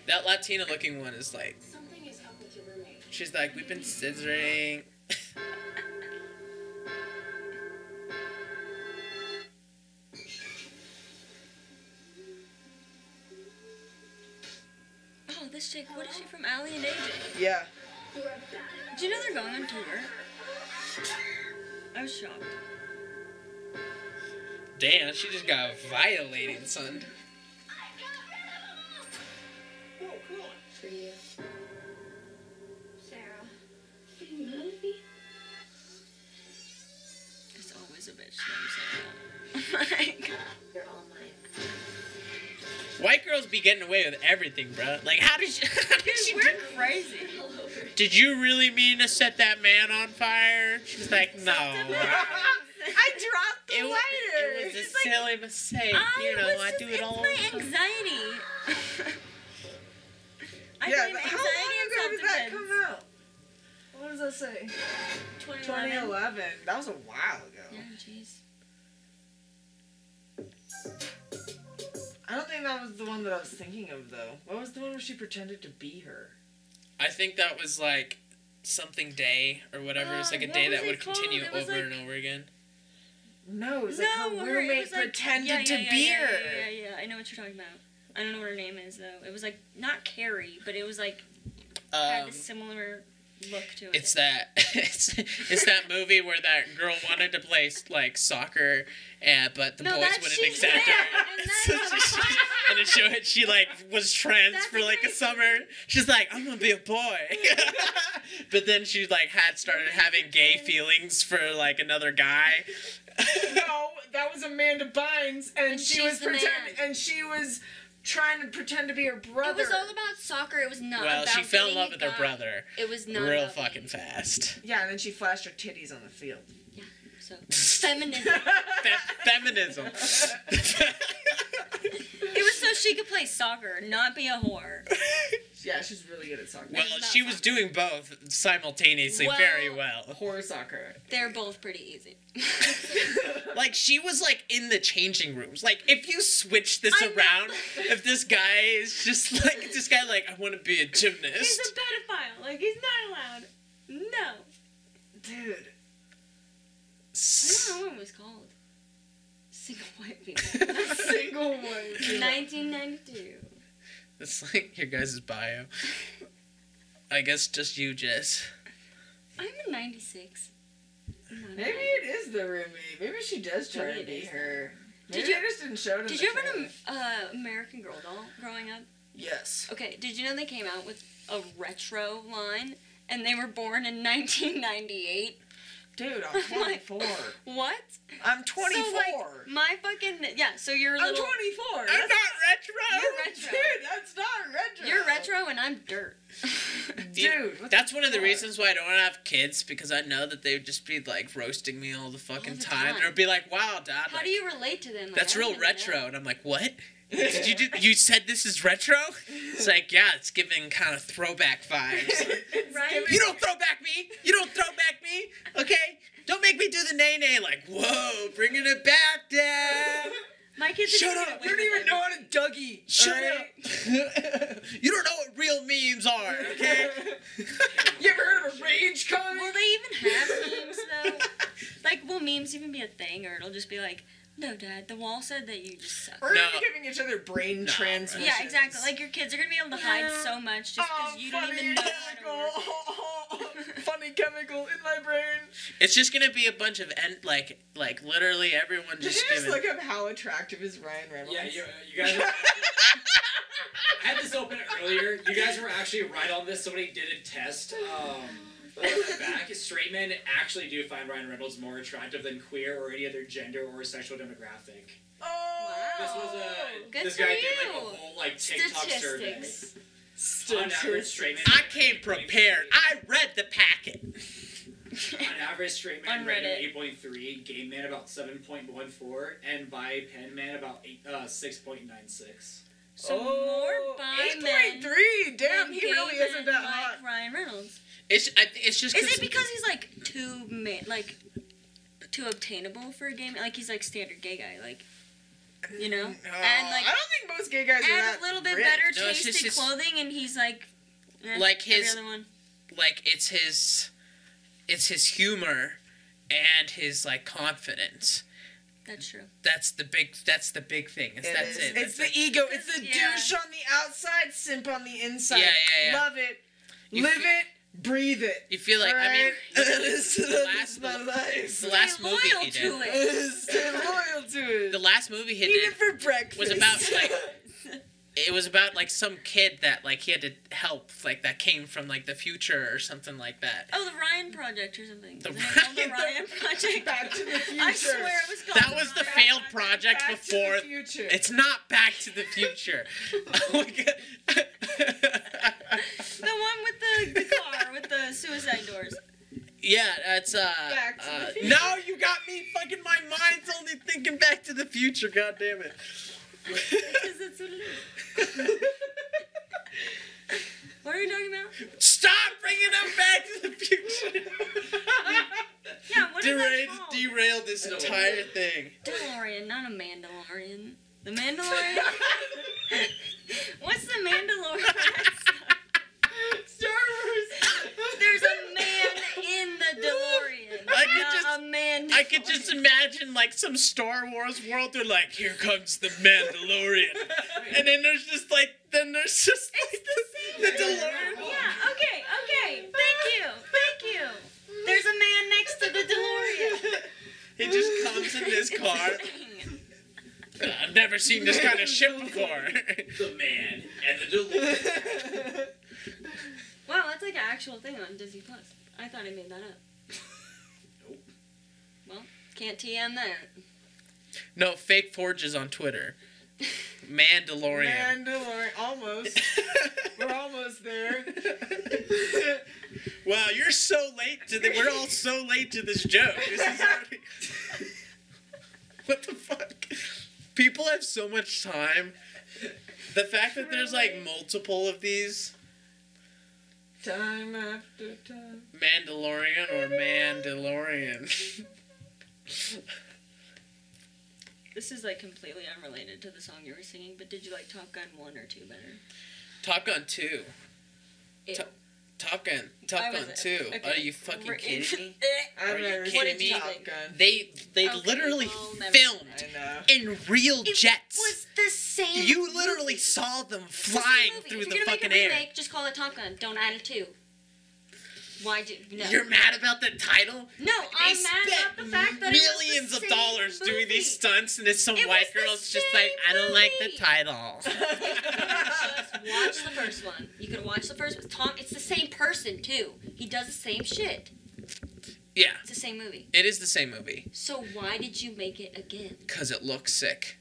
A: that Latina-looking one is like.
G: Something is up with your roommate.
A: She's like, we've been scissoring.
B: Oh, this chick, what is she from? Ally and AJ.
C: Yeah.
B: Do you know they're going on tour? I was shocked.
A: Damn, she just got violated, son.
G: For you.
E: Sarah, can you move me?
B: It's always a bitch that I'm Oh saying that.
G: You're all mine.
A: White girls be getting away with everything, bro. Like, how did she? How did, she
B: Dude,
A: do-
B: we're crazy.
G: All over.
A: did you really mean to set that man on fire? She's like, no.
B: Ah,
C: I dropped the
A: It, wa-
C: lighter.
A: it was a
B: She's like,
A: silly mistake.
B: I
A: you know,
B: was
A: I
B: just,
A: do
B: it's
A: it all.
B: my
A: the time.
B: anxiety. I
C: yeah,
B: blame
C: but how
B: anxiety
C: long ago
B: and
C: did that
B: self-defense.
C: come out? What does that say?
B: 2011.
C: 2011. That was a while ago.
B: Yeah, jeez.
C: I don't think that was the one that I was thinking of though. What was the one where she pretended to be her?
A: I think that was like something day or whatever. it's
B: Uh,
A: like a
B: what
A: day
B: was
A: that
B: it
A: would continue
B: called? It was
A: over
B: like-
A: and over again.
C: No, it was
B: no,
C: like her
B: her- it
C: roommate
B: was like-
C: pretended
B: yeah, yeah,
C: to
B: yeah,
C: be
B: yeah,
C: her.
B: Yeah, yeah, yeah, I know what you're talking about. I don't know what her name is though. It was like not Carrie, but it was like had
A: Um,
B: a similar look to it.
A: it's that it's, it's that movie where that girl wanted to play like soccer, and, but the
B: no,
A: boys
B: that's
A: wouldn't
B: she's
A: accept
B: there,
A: her.
B: and
A: So
B: that's-
A: she, she, and it showed she like was trans
B: That's
A: for like a
B: amazing.
A: summer. She's like, I'm gonna be a boy, but then she like had started having gay feelings for like another guy.
C: No, that was Amanda Bynes, and,
B: And
C: she
B: she's
C: was
B: the man.
C: pretend, and she was trying to pretend to be her
B: it
C: brother.
B: was all about soccer. It was not.
A: well,
B: Uh, about
A: she fell in
B: being
A: love
B: a
A: with her
B: guy.
A: brother
B: It was not
A: real
B: about
A: fucking
B: being-
A: fast.
C: yeah, and then she flashed her titties on the field.
B: So feminism.
A: Fe- feminism.
B: it was so she could play soccer, not be a whore.
C: Yeah, she's really good at soccer.
A: well, she was doing both simultaneously very
B: Well-
A: well.
C: horror soccer.
B: They're both pretty easy.
A: Like she was like in the changing rooms. Like if you switch this
B: I know.
A: around, if this guy is just like this guy, like I want to be a
B: He's
A: gymnast.
B: a pedophile. Like he's not allowed. No.
C: Dude.
B: I don't know what it was called. Single white people.
C: Single one.
B: 1992.
A: It's like your guys' bio. I guess just you, Jess.
B: I'm a 96. I'm not a
C: Maybe
B: 90.
C: it is the roomie. Maybe she does try
B: Maybe
C: to
B: it
C: be
B: is.
C: her.
B: Did
C: Maybe
B: you-
C: I just didn't show it. in
B: Did
C: the
B: you ever
C: trailer.
B: an uh, American Girl doll growing up?
C: Yes.
B: Okay, did you know they came out with a retro line and they were born in 1998?
C: Dude, I'm 24.
B: What?
C: I'm 24.
B: So, like, my fucking yeah. So you're a
C: I'm
B: little.
C: 24.
A: I'm not
C: That's-
A: retro.
B: You're retro.
C: Dude, that's not retro.
B: You're retro and I'm dirt.
C: Dude, what
A: That's one of the
C: fuck?
A: reasons why I don't want to have kids because I know that they would just be like roasting me all the fucking
B: the
A: time.
B: time.
A: They'll be like, "Wow, Dad,
B: How
A: like,
B: do you relate to them? Like,
A: that's
B: I
A: real
B: don't even know.
A: retro," and I'm like, "What? Did you do? You said this is retro?" It's like, "Yeah, it's giving kind of throwback vibes."
B: Right?
A: you don't throw back me. You don't throw back me. Okay, don't make me do the nay nay. Like, whoa, bringing it back, Dad.
C: Um,
B: My kids.
A: Shut
B: didn't
A: up.
B: Get
C: You
B: away
C: don't
B: with
C: even
B: it.
C: know how to Dougie.
A: Shut
C: alright?
A: up. you don't know what real memes are, okay?
C: you ever heard of a rage comic?
B: Will they even have memes though? Like, will memes even be a thing, or it'll just be like, no, Dad, the wall said that you just suck.
C: We're
A: No.
C: gonna be giving each other brain
A: No, right.
C: transmissions.
B: Yeah, exactly. Like your kids are gonna be able to hide so much just because
C: oh,
B: you don't
C: funny
B: even know.
C: chemical.
B: How to work.
C: funny chemical in my brain.
A: It's just gonna be a bunch of end, like, like literally everyone
C: Did
A: just
C: you just
A: giving.
C: look up how attractive is Ryan Reynolds?
D: Yeah, you, you guys. I had this open earlier. You guys were actually right on this. Somebody did a test. Um, back, straight men actually do find Ryan Reynolds more attractive than queer or any other gender or sexual demographic.
C: Oh,
D: This was a
B: Good
D: this
B: for
D: guy did like a
B: you.
D: whole like TikTok survey.
B: Statistics.
D: On average, straight men.
A: I came prepared. I read the packet.
D: On average, straight man
B: On
D: rated
B: Reddit.
D: eight point three, gay man about seven point one four, and bi pen man about eight, uh, six point nine six.
B: So
C: Oh,
B: more bi men.
C: 8.3. Damn,
B: than
C: he
B: gay
C: really isn't
B: men
C: that
B: like
C: hot.
B: Ryan Reynolds.
A: It's I, th- it's just
B: Is it because he's like too ma- like too obtainable for a game? Like he's like standard gay guy, like you know,
C: No,
B: and like
C: Mm, I don't think most gay guys are
B: add
C: that
B: a little bit
C: ripped.
B: better
A: No, it's
B: taste
A: just-
B: in
A: it's-
B: clothing, and he's like eh,
A: Like his-
B: every other one.
A: like it's his, it's his humor, and his like confidence.
B: That's true.
A: That's the big. That's the big thing. It's,
C: It
A: that's
C: is.
A: it.
C: It's
A: That's
C: the ego. It's the
B: Yeah.
C: douche on the outside, simp on the inside.
A: Yeah, yeah, yeah.
C: Love it,
A: You
C: live
A: feel-
C: it, breathe it.
A: You feel like I mean,
C: Alright? this, is- this
A: last-
C: is my life.
A: the last
B: Be
A: movie
B: loyal
A: he
B: to
A: did.
B: it.
C: Stay loyal to it.
A: The last movie he
C: Eat
A: did
C: it for breakfast.
A: was about like. It was about like some kid that like he had to help like that came from like the future or something like that.
B: Oh, the Ryan Project or something.
A: The
B: Is it
A: Ryan-
B: called the Ryan Project.
C: Back to the Future.
B: I swear it was called.
A: That was the
B: Ryan
A: failed project
C: Back
A: before.
C: To the future.
A: It's not Back to the Future. oh my god.
B: The one with the, the car with the suicide doors.
A: yeah, that's uh.
C: Back to the
A: uh,
C: Future.
A: No, you got me fucking. My mind's only thinking Back to the Future. God damn it.
B: Because that's what it is. What are we talking about?
A: Stop bringing up Back to the Future.
B: Yeah, what is that
A: Derailed,
B: called?
A: derailed this
D: No.
A: entire thing.
B: DeLorean, not a Mandalorian. The Mandalorian. What's the Mandalorian?
C: Star Wars.
B: There's a man in the DeLorean.
A: I could
B: not
A: just-
B: a man.
A: I could just imagine like some Star Wars world. They're like, here comes the Mandalorian, and then there's just like, then there's just like the, the DeLorean.
B: Yeah, okay, okay. Thank you, thank you. There's a man next to the DeLorean.
A: He just comes in this car. I've never seen this kind of ship before.
D: The man and the DeLorean.
B: Wow, that's like an actual thing on Disney Plus. I thought I made that up.
D: Nope.
B: Well, can't TM that.
A: no, fake forges on Twitter. Mandalorian.
C: Mandalorian, almost. We're almost there.
A: wow, you're so late to the. We're all so late to this joke. This is already, what the fuck? People have so much time. The fact that there's like multiple of these
C: Time after time.
A: Mandalorian or Mandalorian.
B: This is like completely unrelated to the song you were singing, but did you like Top Gun 1 or 2 better?
A: Top Gun 2.
B: Ew.
A: Top- Top Gun. Top
B: I
A: Gun
B: wasn't-
A: 2.
B: okay.
A: Are you fucking
B: We're-
A: kidding me?
C: I've
A: Are you
C: never
A: kidding
C: seen
A: me?
C: Top Gun.
A: They they
B: Okay,
A: literally
B: well, never
A: filmed
C: I know.
A: in real jets.
B: was the same.
A: You literally saw them flying through the fucking air.
B: just call it Top Gun. Don't add a 2. Why do no?
A: You're mad about the title?
B: no,
A: they
B: I'm mad about
A: spent
B: the fact that it was
A: millions
B: the
A: of
B: same
A: dollars doing
B: movie.
A: these stunts, and then some
B: It
A: white
B: was the
A: girl's just
B: same
A: like, I don't like the
B: movie."
A: title.
B: Just watch the first one. You can watch the first one. Tom, it's the same person too. He does the same shit.
A: yeah,
B: It's the same movie.
A: it is the same movie
B: So why did you make it again?
A: because it looks sick.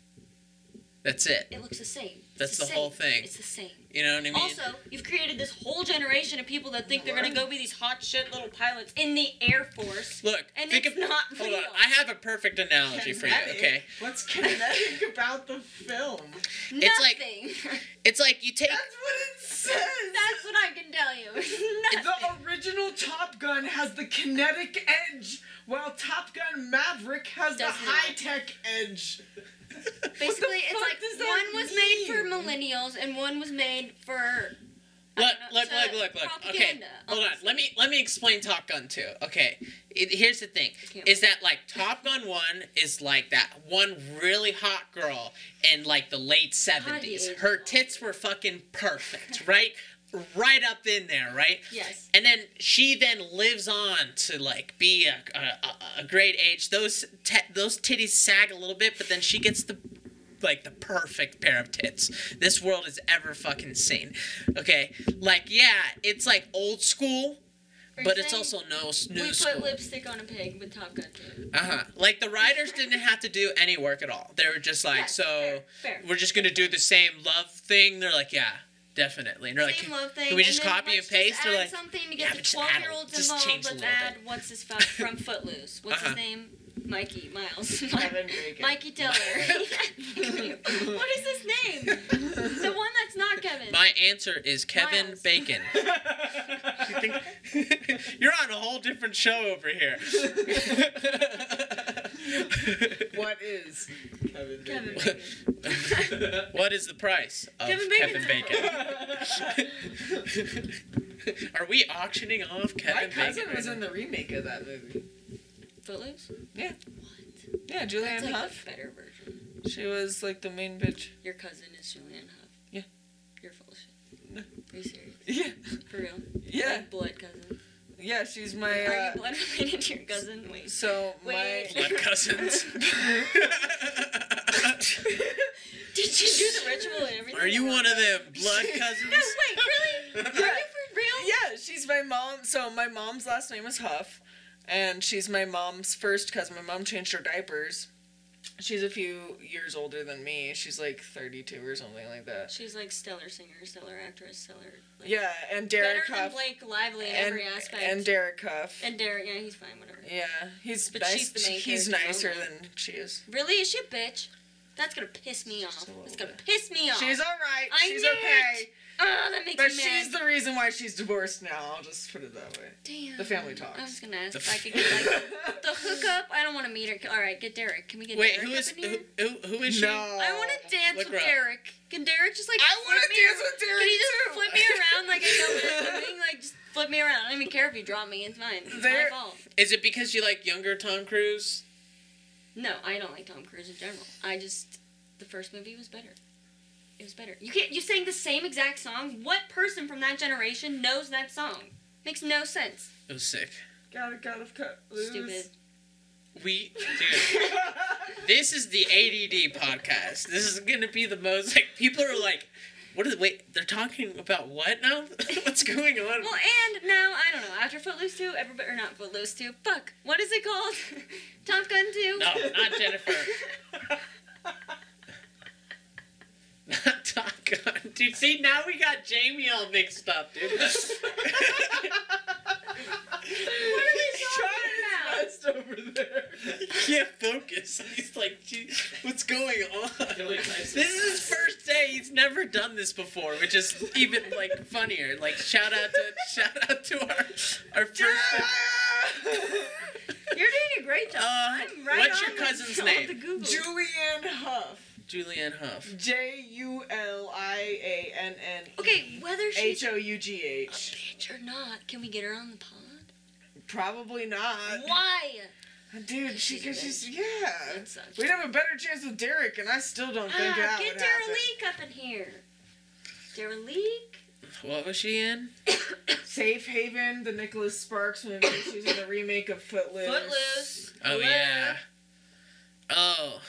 A: That's it.
B: It looks the same. It's
A: That's the whole
B: same.
A: thing.
B: It's the same.
A: You know what I mean?
B: Also, you've created this whole generation of people that think they're gonna go be these hot shit little pilots in the Air Force.
A: Look,
B: And
A: think
B: it's
A: of
B: not
A: hold
B: real.
A: on. I have a perfect analogy for you.
C: Kinetic.
A: Okay,
C: What's kinetic about the film?
A: it's like-
B: Nothing.
A: it's like you take
C: That's what it says.
B: That's what I can tell you. Nothing.
C: the original Top Gun has the kinetic edge, while Top Gun Maverick has
B: Does
C: the
B: not.
C: high tech edge.
B: Basically, it's
C: fuck
B: like
C: does that
B: one was made for
C: mean?
B: millennials and one was made for
A: look,
B: don't know,
A: look,
B: to
A: look, look, look. Okay,
B: propaganda,
A: hold on. Let me let me explain Top Gun two. Okay, it, here's the thing:
B: can't
A: is that like Top Gun one is like that one really hot girl in like the late seventies.
B: is
A: Her
B: hot.
A: tits were fucking perfect, right? Right up in there, right?
B: yes.
A: And then she then lives on to like be a, a, a- a great age. Those t- those titties sag a little bit, but then she gets the like the perfect pair of tits this world has ever fucking seen. Okay, like yeah, it's like old school,
B: Are
A: but
B: you
A: it's
B: saying
A: also no s- new
B: we put
A: school.
B: lipstick on a pig with Top Gun. too?
A: uh huh. Like the writers didn't have to do any work at all. They were just like,
B: Yes,
A: so
B: fair, fair.
A: we're just gonna do the same love thing. They're like, yeah, definitely. And they're like,
B: Same love thing.
A: can we just
B: and then
A: copy and
B: let's
A: paste?
B: Just
A: They're
B: add
A: like,
B: something to
A: yeah,
B: get
A: but
B: the
A: just add a-
B: twelve-year-olds
A: just
B: involved.
A: change a
B: Let's
A: little
B: add what's his fuck from Footloose. What's
A: Uh-huh.
B: his name? Mikey Miles.
C: Kevin Bacon.
B: Mikey Diller. what is his name? The one that's not Kevin.
A: My answer is Kevin
B: Miles.
A: Bacon. You're on a whole different show over here.
C: what is Kevin
B: Kevin
C: Bacon?
B: Bacon.
A: what is the price of Kevin,
B: Kevin Bacon's
A: Bacon? Are we auctioning off
C: My
A: Kevin
C: cousin
A: Bacon?
C: was
A: right
C: in the remake of that movie.
B: Footloose.
C: Yeah,
B: That's
C: Julianne
B: like
C: Hough.
B: the better version.
C: She was like the main bitch.
B: Your cousin is Julianne Hough.
C: Yeah.
B: You're full of shit.
C: No.
B: Are you serious?
C: Yeah,
B: For real?
C: yeah,
B: Like blood cousin.
C: yeah. She's my.
B: Are
C: Uh,
B: you blood related to your cousin? Wait.
C: so my.
B: Wait.
A: now? Blood cousins.
B: Did you do the ritual and everything?
A: Are you one of them blood cousins?
B: No, wait, really? Are you for real?
C: Yeah, she's my mom. So my mom's last name is Huff, and she's my mom's first cousin. My mom changed her diapers. She's a few years older than me. She's like 32 or something like that.
B: She's like stellar singer, stellar actress, stellar. Like,
C: Yeah, and
B: Better
C: Derek
B: than
C: Huff.
B: Blake Lively in
C: And,
B: every aspect.
C: and Derek Huff.
B: And Derek, yeah, he's fine, whatever.
C: Yeah, he's
B: But
C: nice.
B: she's the main
C: he's
B: character,
C: nicer
B: okay.
C: than she is.
B: Really? Is she a bitch? That's gonna piss me off.
C: a little
B: That's gonna
C: bit.
B: piss me off.
C: She's all right.
B: I
C: she's
B: knew it.
C: okay.
B: oh, that makes
C: But
B: me mad.
C: she's the reason why she's divorced now. I'll just put it that way.
B: Damn.
C: The family
B: I was
C: talks.
B: gonna ask
A: The
B: if I could get like the hookup. I don't want to meet her. All right, get Derek. Can we get
A: Wait,
B: Derek
A: who is
B: up in here?
A: who, who, who is she?
C: No.
B: I want to dance
A: Look her
B: with
A: up.
B: Derek. Can Derek just like?
C: Oh, I
B: flip
C: wanna
B: me
C: dance
B: ar-
C: with Derek,
B: Can he just
C: too.
B: flip me around like I know what I'm doing? Like just flip me around. I don't even care if you drop me. It's mine. It's
C: There-
B: my fault.
A: Is it because you like younger Tom Cruise?
B: No, I don't like Tom Cruise in general. I just the first movie was better. It was better. You can't. You sang the same exact song. What person from that generation knows that song? Makes no sense.
A: It was sick.
C: Gotta, gotta cut loose.
B: Stupid.
A: We, dude, this is the ADD podcast. This is gonna be the most like people are like, what are the wait? They're talking about what now? What's going on?
B: Well, and now I don't know. After Footloose two, everybody or not Footloose two. Fuck. What is it called? Top Gun two.
A: No, not Jennifer. Not Top Gun, dude. See, now we got Jamie all mixed up, dude.
C: He's trying his best over there.
A: He can't focus. He's like, gee, what's going on?
D: Kelly Tyson.
A: This is his first day. He's never done this before, which is even like funnier. Like shout out to shout out to our our first.
B: You're doing a great job.
A: Uh,
B: I'm right
A: what's your
B: on
A: cousin's
B: with
A: name?
B: All the Google.
C: Julianne Huff.
A: Julianne Huff.
C: J U L I A N N.
B: okay, whether she's
C: H
B: a
C: O U G H.
B: bitch or not, can we get her on the pod?
C: Probably not.
B: Why?
C: Dude, she
B: She's a
C: because she's yeah.
B: That sucks.
C: We'd have a better chance with Derek, and I still don't uh, think
B: Ah,
C: that
B: get
C: would
B: Dara
C: happen.
B: Leak up in here. Dara Leak.
A: What was she in?
C: Safe Haven, the Nicholas Sparks movie. She's in a remake of Footloose.
B: Footloose.
A: Oh yeah. Oh.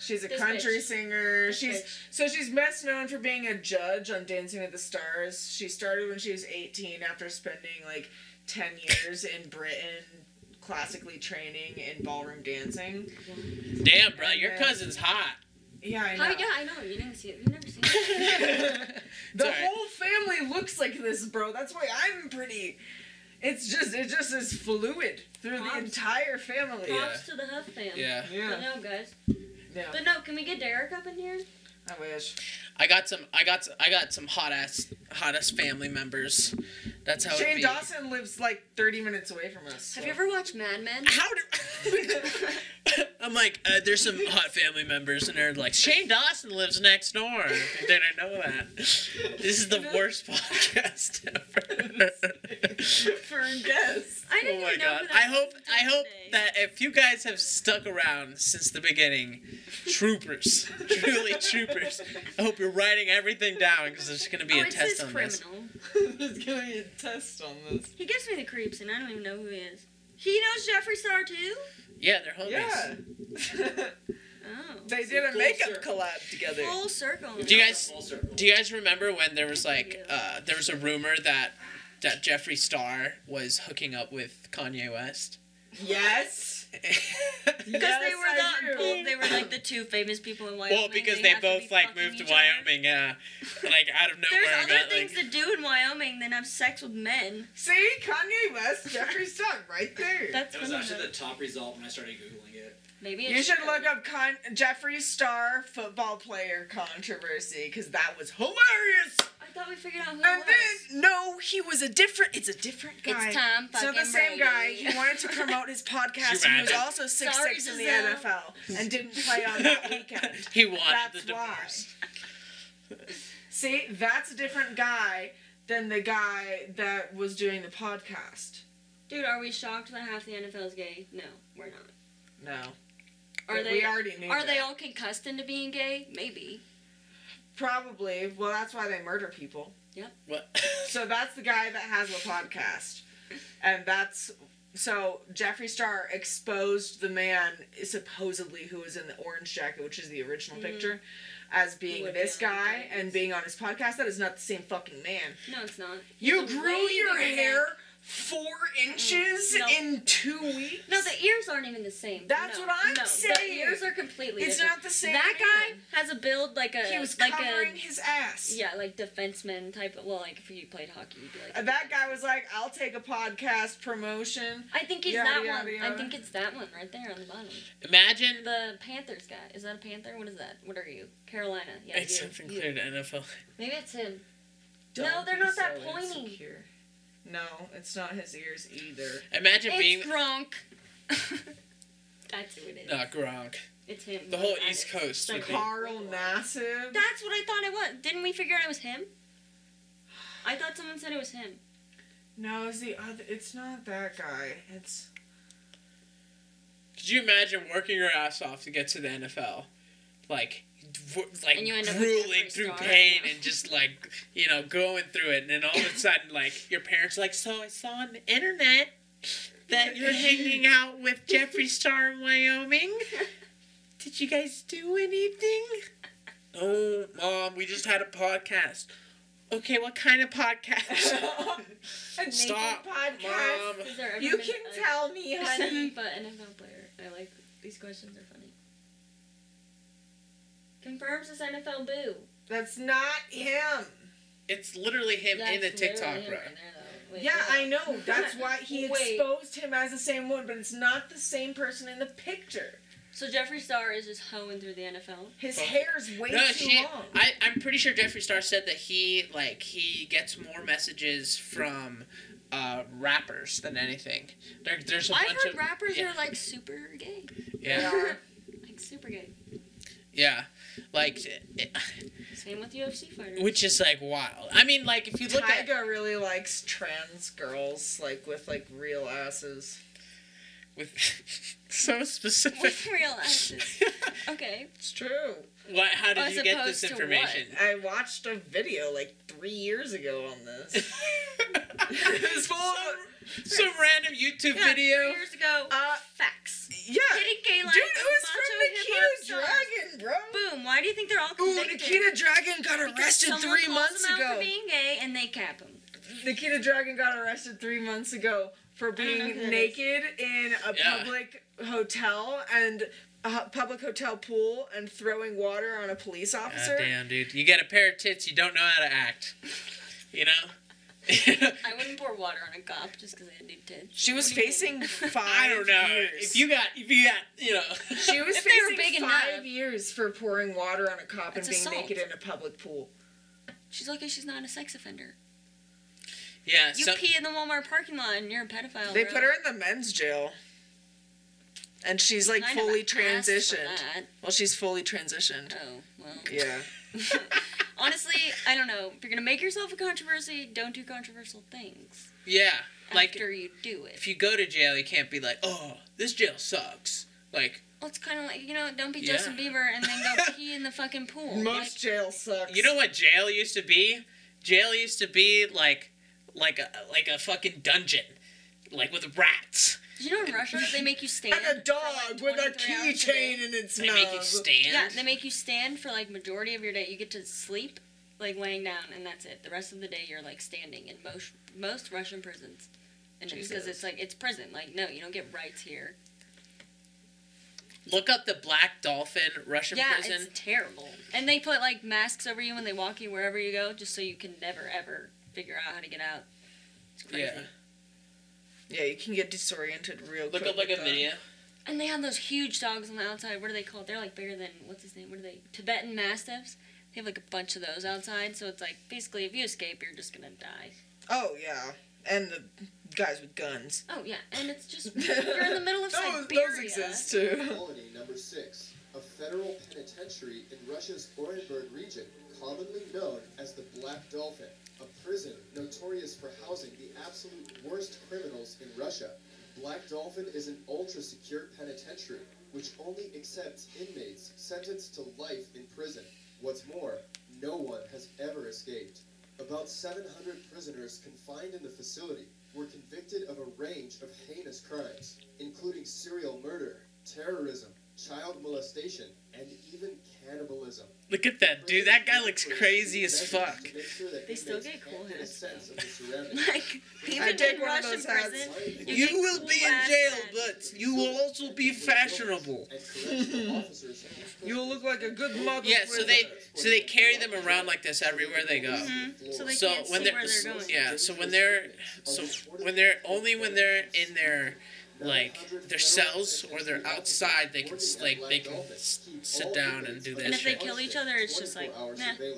C: She's a
B: This
C: country
B: bitch.
C: singer.
B: This
C: she's
B: bitch.
C: so she's best known for being a judge on Dancing with the Stars. She started when she was 18 after spending like 10 years in Britain classically training in ballroom dancing.
A: Damn, bro, your cousin's hot.
C: Yeah, I know.
B: How, Oh, yeah, I know. You didn't see it. You've never seen it.
C: The
A: It's all right.
C: whole family looks like this, bro. That's why I'm pretty. It's just it just is fluid through the
B: Props.
C: entire family.
A: Yeah.
B: Props to the Huff fam.
A: yeah.
B: But
C: Yeah.
B: no, guys.
C: Yeah.
B: But no, can we get Derek up in here?
C: I wish.
A: I got some. I got. Some, I got some hot ass, hot ass family members. That's how. it
C: Shane
A: be.
C: Dawson lives like 30 minutes away from us. so-
B: Have you ever watched Mad Men?
A: How do? I'm like, uh, there's some hot family members, and they're like, Shane Dawson lives next door. If you didn't know that. This is the worst podcast ever.
C: for a guest?
B: I
A: oh
B: didn't
A: my
B: even know
A: god!
B: who that
A: I hope, I hope
B: today.
A: that if you guys have stuck around since the beginning, troopers, truly troopers. I hope you're writing everything down because there's gonna be
B: Oh,
A: a
B: it's his
A: test on
B: criminal.
A: this.
C: There's gonna be a test on this.
B: He gives me the creeps, and I don't even know who he is. He knows Jeffree Star too.
A: Yeah, they're homies.
C: Yeah.
B: Oh.
C: they did a
D: Full
C: makeup
D: circle.
C: collab together.
B: Full circle.
A: Do you guys-
D: Full circle.
A: Do you guys remember when there was like uh, there was a rumor that that Jeffree Star was hooking up with Kanye West?
C: Yes.
B: Because they were the both, they were like the two famous people in Wyoming.
A: well, because
B: they
A: they,
B: have to
A: both
B: be
A: like
B: fucking
A: moved to
B: each other.
A: Wyoming, yeah, like out of nowhere.
B: There's
A: I
B: other
A: got,
B: things
A: like,
B: to do in Wyoming than have sex with men.
C: See, Kanye West, Jeffree Star, right there.
B: That's
D: That was
B: funny,
D: actually
B: though.
D: the top result when I started googling it.
B: Maybe
C: You should look up Con- Jeffree Star football player controversy because that was hilarious.
B: I thought we figured out who
C: And
B: it was.
C: then no, he was a different. It's a different guy.
B: It's Tom
C: It's not the
B: fucking
C: same guy.
B: Brady.
C: He wanted to promote his podcast,
A: You
C: and he was
A: imagine?
C: also six
B: Sorry,
C: six in the
B: Giselle.
C: NFL and didn't play on that weekend.
A: he wanted
C: That's
A: the divorce.
C: why. See, that's a different guy than the guy that was doing the podcast.
B: Dude, are we shocked that half the NFL is gay? No, we're not.
C: No,
B: Are
C: But
B: they?
C: we already knew.
B: are
C: that.
B: they all concussed into being gay? Maybe.
C: Probably. Well, that's why they murder people.
A: What?
C: So that's the guy that has the podcast. And that's so Jeffree Star exposed the man supposedly who was in the orange jacket, which is the original picture, as being
B: would be
C: this
B: on Mm-hmm. the
C: guy
B: podcast.
C: and being on his podcast. That is not the same fucking man.
B: No, it's not.
C: You
B: It's
C: grew
B: way
C: your
B: bigger than-
C: hair four inches
B: No.
C: in two weeks.
B: No, the ears aren't even the same.
C: That's
B: No,
C: what I'm
B: no, The
C: saying.
B: ears are completely.
C: It's
B: different.
C: not the same
B: That
C: man.
B: guy has a build like a
C: He was
B: like
C: covering
B: a
C: his ass.
B: yeah like defenseman type. Of, well, like if you played hockey, you'd be like.
C: And That guy was like, "I'll take a podcast promotion."
B: I think he's
C: Yada,
B: that
C: yada,
B: one.
C: yada.
B: I think it's that one right there on the bottom.
A: Imagine
B: The Panthers guy. Is that a Panther? What is that? What are you? Carolina. Yeah.
A: make
B: you,
A: something
B: you.
A: clear to NFL.
B: Maybe it's him.
C: Don't
B: no, they're
C: be
B: not that
C: so
B: pointy.
C: insecure. No, it's not his ears either.
A: Imagine being
B: It's Gronk. That's who it is.
A: no Gronk.
B: It's him.
A: The whole
B: That
A: East
B: is-
A: Coast.
B: Like
A: would be-
C: Carl Nassib.
B: That's what I thought it was. Didn't we figure out it was him? I thought someone said it was him.
C: No, it's the other. It's not that guy. It's
A: Could you imagine working your ass off to get to the NFL? Like, w- like
B: And you end up with
A: grueling
B: Jeffree
A: through
B: Star.
A: pain and just like, you know, going through it. And then all of a sudden, like, your parents are like, So I saw on the internet that you're hanging out with Jeffree Star in Wyoming. Did you guys do anything? Oh, mom, we just had a podcast. Okay, what kind of podcast?
C: A
A: Stop,
C: podcast.
A: mom.
B: Has there ever
C: You
B: been
C: can
B: a-
C: tell me, honey.
B: but NFL player. I like these questions are funny. Confirms his NFL boo.
C: That's not him.
A: It's literally him in the
B: That's literally
A: TikTok,
B: him
A: bro.
B: right there, though. Wait,
C: Yeah,
B: hold
C: I
B: on.
C: know. That's why he
B: Wait.
C: exposed him as the same one, but it's not the same person in the picture.
B: So Jeffree Star is just hoeing through the NFL.
C: His
A: Fuck.
C: hair's way
A: No,
C: too
A: she.
C: long.
A: I, I'm pretty sure Jeffree Star said that he like he gets more messages from uh, rappers than anything. There, there's a
B: I've
A: bunch
B: heard
A: of
B: rappers
A: yeah,
B: are like super gay.
A: yeah,
B: Like super gay.
A: yeah, like, it-
B: Same with UFC fighters.
A: which is like wild. I mean, like if you look at
C: Tyga really likes trans girls, like with like real asses.
A: with so
B: with
A: specific.
B: real asses. Okay.
C: It's true.
A: what? How did
B: As
A: you get this
B: opposed to
A: information?
C: I watched a video like three years ago on this. It's full of-
A: Some random YouTube
B: Yeah,
A: video.
B: Years ago.
C: Uh,
B: facts.
C: yeah.
B: Getting gay like
C: Dude, it was
B: macho
C: from Nikita
B: hip-hop stars.
C: Dragon, bro.
B: Boom. Why do you think they're all
C: Ooh,
B: convicted?
C: Nikita Dragon got
B: Because
C: arrested
B: someone
C: three
B: calls
C: months
B: them out
C: ago.
B: For being gay, and they cap him.
C: Nikita Dragon got arrested three months ago for
B: don't know who that
C: being
B: is.
C: naked in a
A: Yeah.
C: public hotel and a ho- public hotel pool and throwing water on a police
A: God
C: officer.
A: damn, dude. You got a pair of tits, you don't know how to act. You know?
B: I wouldn't pour water on a cop just because I had deep tits.
C: she was
B: What do you
C: facing
B: mean?
C: five
A: I don't know.
C: years.
A: If you got, if you got, you know.
C: she was
B: If they were
C: facing
B: big
C: five
B: enough.
C: years for pouring water on a cop
B: That's
C: and being
B: assault.
C: naked in a public pool.
B: She's lucky she's not a sex offender.
A: yeah,
B: You
A: so,
B: pee in the Walmart parking lot and you're a pedophile.
C: They
B: bro.
C: put her in the men's jail. And she's like
B: Kind of
C: fully
B: asked for
C: transitioned.
B: that.
C: Well, she's fully transitioned.
B: Oh well.
C: Yeah.
B: Honestly, I don't know. If you're gonna make yourself a controversy, don't do controversial things
A: yeah. Like,
B: after you do it.
A: if you go to jail, you can't be like, oh, this jail sucks. Like,
B: Well, it's kind of like you know, don't be
A: Yeah.
B: Justin Bieber and then go pee in the fucking pool.
C: Most jail sucks.
A: you know what jail used to be? Jail used to be like, like a, like a fucking dungeon. Like with rats.
B: Like, did you know in Russia they make you stand?
C: and a
B: for,
C: dog
B: like,
C: with a
B: 23 hours a day?
C: keychain in its
A: They
C: mouth.
A: make you stand.
B: Yeah, they make you stand for like majority of your day. You get to sleep like laying down, and that's it. The rest of the day you're like standing in most most Russian prisons, and it's because it's like it's prison. Like no, you don't get rights here.
A: Look up the Black Dolphin Russian
B: yeah,
A: prison.
B: it's terrible. And they put like masks over you when they walk you wherever you go, just so you can never ever figure out how to get out. It's crazy.
A: Yeah.
C: yeah, you can get disoriented real quick.
A: Look up like
C: with
A: a
C: that.
A: video.
B: And they have those huge dogs on the outside. What are they called? They're like bigger than what's his name? What are they? Tibetan mastiffs. They have like a bunch of those outside. So it's like basically, if you escape, you're just gonna die.
C: Oh yeah, and the guys with guns. Oh,
B: Oh yeah, and it's just you're in the middle of
C: Those,
B: Siberia.
C: those exist too.
H: Colony number six, a federal penitentiary in Russia's Orenburg region, commonly known as the Black Dolphin, a prison notorious for housing the absolute worst criminals in Russia. Black Dolphin is an ultra-secure penitentiary which only accepts inmates sentenced to life in prison. What's more, no one has ever escaped. About 700 prisoners confined in the facility were convicted of a range of heinous crimes, including serial murder, terrorism, child molestation, and even cannibalism.
A: Look at that, dude. That guy looks crazy as fuck.
B: They still get cool hats,
H: hats.
B: Like even
C: I dig
B: in
C: one of
B: Russian
C: those hats.
B: prison,
A: You
B: get
A: will be in
B: cool-ass
A: jail,
B: hats.
A: but you will also be fashionable.
C: You'll look like a good mother.
A: Yeah, so they so they carry them around like this everywhere they go.
B: Mm-hmm. so they
A: So
B: can't
A: when
B: see
A: they're,
B: where they're going.
A: yeah, so when they're so when they're only when they're in their like their cells or they're outside, they can s- like they can s- sit down and do
H: And
A: that
B: And if they
A: shit.
B: kill each other, it's just like nah,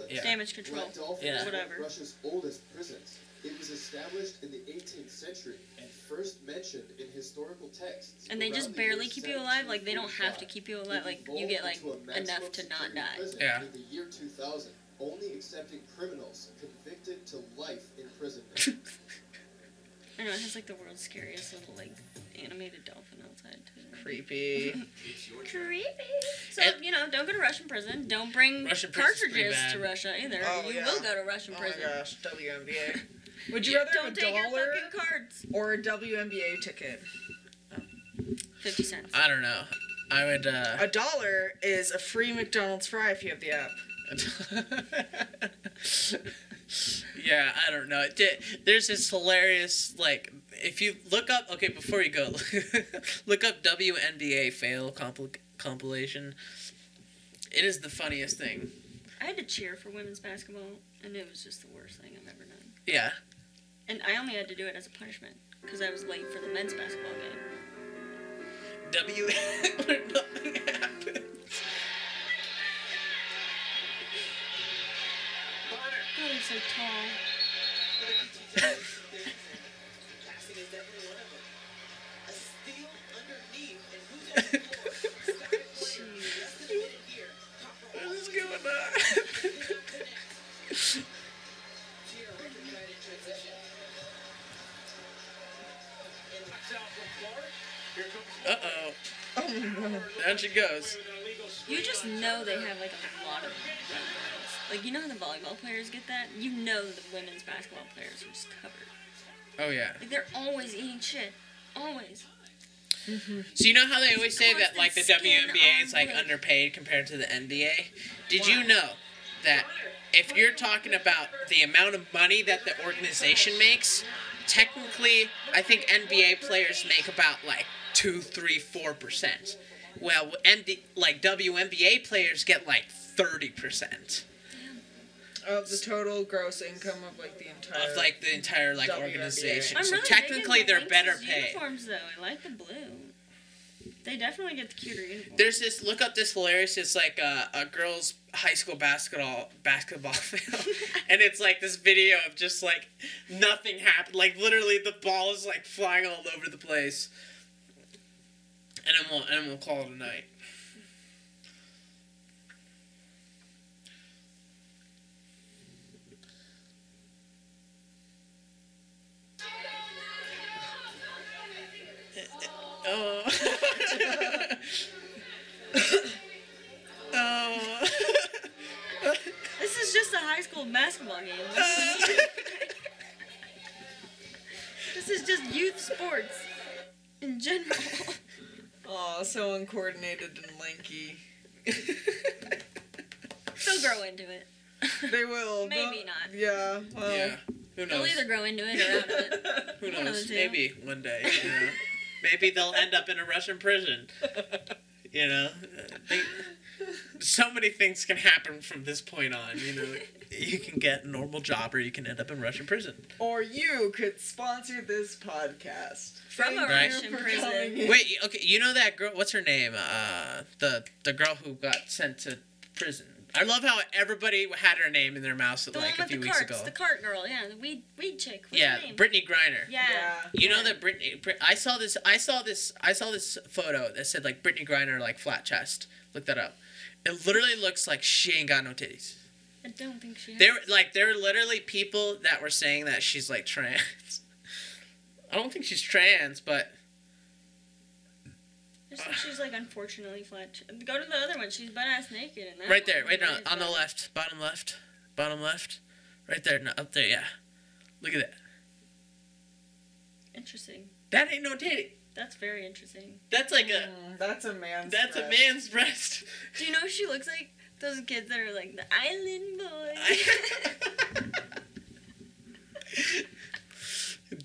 A: Yeah.
B: damage control.
A: Yeah.
B: Whatever.
H: Russia's oldest prisons. It was established in the 18th century and first mentioned in historical texts.
B: And they
H: around
B: just
H: the year
B: barely keep you alive. Like they don't have to
H: 1745.
B: keep you alive. Like you get like enough to not die.
A: Yeah.
H: In the year 2000, only accepting criminals convicted to life imprisonment.
B: I know it has like the world's scariest little like animated dolphin outside too.
A: Creepy.
D: It's your turn.
B: Creepy. So
A: And-
B: you know, don't go to Russian prison. Don't bring
A: Russian prison's pretty
B: cartridges
A: bad.
B: to Russia either.
C: Oh,
B: you
C: yeah.
B: will go to Russian
C: Oh my
B: prison.
C: gosh, WNBA. Would you rather
B: Don't
C: have a
B: take your
C: dollar
B: fucking cards.
C: or a WNBA ticket?
B: Fifty cents.
A: I don't know. I would. uh
C: A dollar is a free McDonald's fry if you have the app.
A: yeah, I don't know. Th- There's this hilarious like if you look up okay before you go look up WNBA fail compli- compilation. It is the funniest thing.
B: I had to cheer for women's basketball, and it was just the worst thing I've ever done.
A: Yeah.
B: And I only had to do it as a punishment because I was late for the men's basketball game.
A: W where nothing happens.
B: Oh, they're so tall.
A: What is going on? Uh oh. Down she goes.
B: You just know they have like a lot of rebounds. Like you know how the volleyball players get that? You know the women's basketball players are just covered.
A: Oh yeah.
B: Like they're always eating shit. Always.
A: So you know how they always say that like the
B: constant skin
A: WNBA is
B: on
A: like
B: wood.
A: underpaid compared to the NBA? Did you know that if you're talking about the amount of money that the organization makes, technically I think NBA players make about like two, three, four percent. Well, MD, like WNBA players get like thirty percent
C: Of the total gross income of like the entire.
A: of like the entire like
C: WNBA.
A: organization.
B: I'm
A: So
B: really digging
A: technically
B: the
A: they're
B: Lynx's
A: better paid.
B: Uniforms though, I like the blue. They definitely get the cuter uniform.
A: There's this look up this hilarious. It's like a, a girls' high school basketball basketball film, and it's like this video of just like nothing happened. Like literally, the ball is like flying all over the place. And I'm gonna, and I'm gonna call it a night. Oh. oh.
B: This is just a high school basketball game. This is, this is just youth sports in general.
C: Aw, so uncoordinated and lanky.
B: They'll grow into it.
C: They will.
B: Maybe
C: they'll-
B: not.
C: Yeah. Well.
A: yeah. Who
B: They'll
A: knows?
B: either grow into it or out of it.
A: Who
B: one of
A: knows?
B: the two.
A: Maybe one day. You know? Maybe they'll end up in a Russian prison. You know, They- so many things can happen from this point on. You know, you can get a normal job or you can end up in Russian prison.
C: Or you could sponsor this podcast
B: From a
A: Right.
B: Russian
C: for
B: prison.
C: coming in.
A: Wait, okay, you know that girl? What's her name? Uh, the the girl who got sent to prison. I love how everybody had her name in their mouths
B: The
A: like
B: one
A: a
B: with
A: few
B: the
A: weeks
B: carts,
A: ago.
B: the cart girl, yeah, the weed weed chick. What's
A: yeah,
B: her name?
A: Brittany Griner.
B: yeah.
C: Yeah.
A: You know that Britney. Brit- I saw this. I saw this. I saw this photo that said like Britney Griner like flat chest. Look that up. It literally looks like she ain't got no titties.
B: I don't think she.
A: There, like there were literally people that were saying that she's like trans. I don't think she's trans, but
B: has. Just- she's like unfortunately flat. ch- Go to the other one. She's butt ass naked in that.
A: right there,
B: one.
A: right now
B: That is
A: on the
B: bad.
A: left, bottom left, bottom left, right there, no, up there, yeah. Look at that.
B: Interesting.
A: That ain't no titty.
B: That's very interesting.
A: That's like a.
C: Mm, that's a man's.
A: That's a
C: breath.
A: man's breast.
B: Do you know what she looks like? Those kids that are like the island boys.
A: Damn,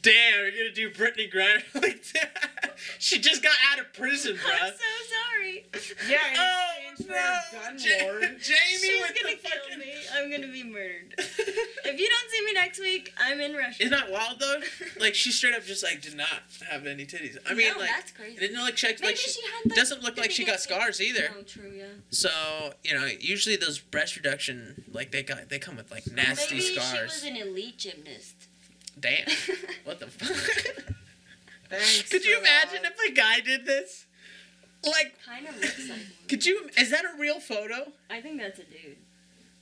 A: you're gonna do Brittany Griner like that? She just got out of prison, bro.
B: I'm so sorry.
C: Yeah. In
A: Oh
C: exchange for
A: no,
C: a gun
A: Ja-
C: lord.
A: Jamie
B: She's
A: with
B: gonna
A: the
B: kill
A: fucking.
B: me. I'm gonna be murdered. If you don't see me next week, I'm in Russia.
A: Isn't that wild though? Like she straight up just like did not have any titties. I mean,
B: no,
A: like
B: that's crazy.
A: didn't look check,
B: Maybe
A: like she,
B: she had, like,
A: doesn't look
B: the
A: like she got
B: biggest-
A: scars either.
B: Oh, true, yeah.
A: So you know, usually those breast reduction like they got they come with like nasty
B: Maybe
A: scars.
B: she was an elite gymnast.
A: Damn, what the fuck?
C: Thanks
A: Could you
C: for
A: imagine
C: that.
A: if a guy did this? Like,
B: kind of looks like one.
A: could you? Is that a real photo?
B: I think that's a dude.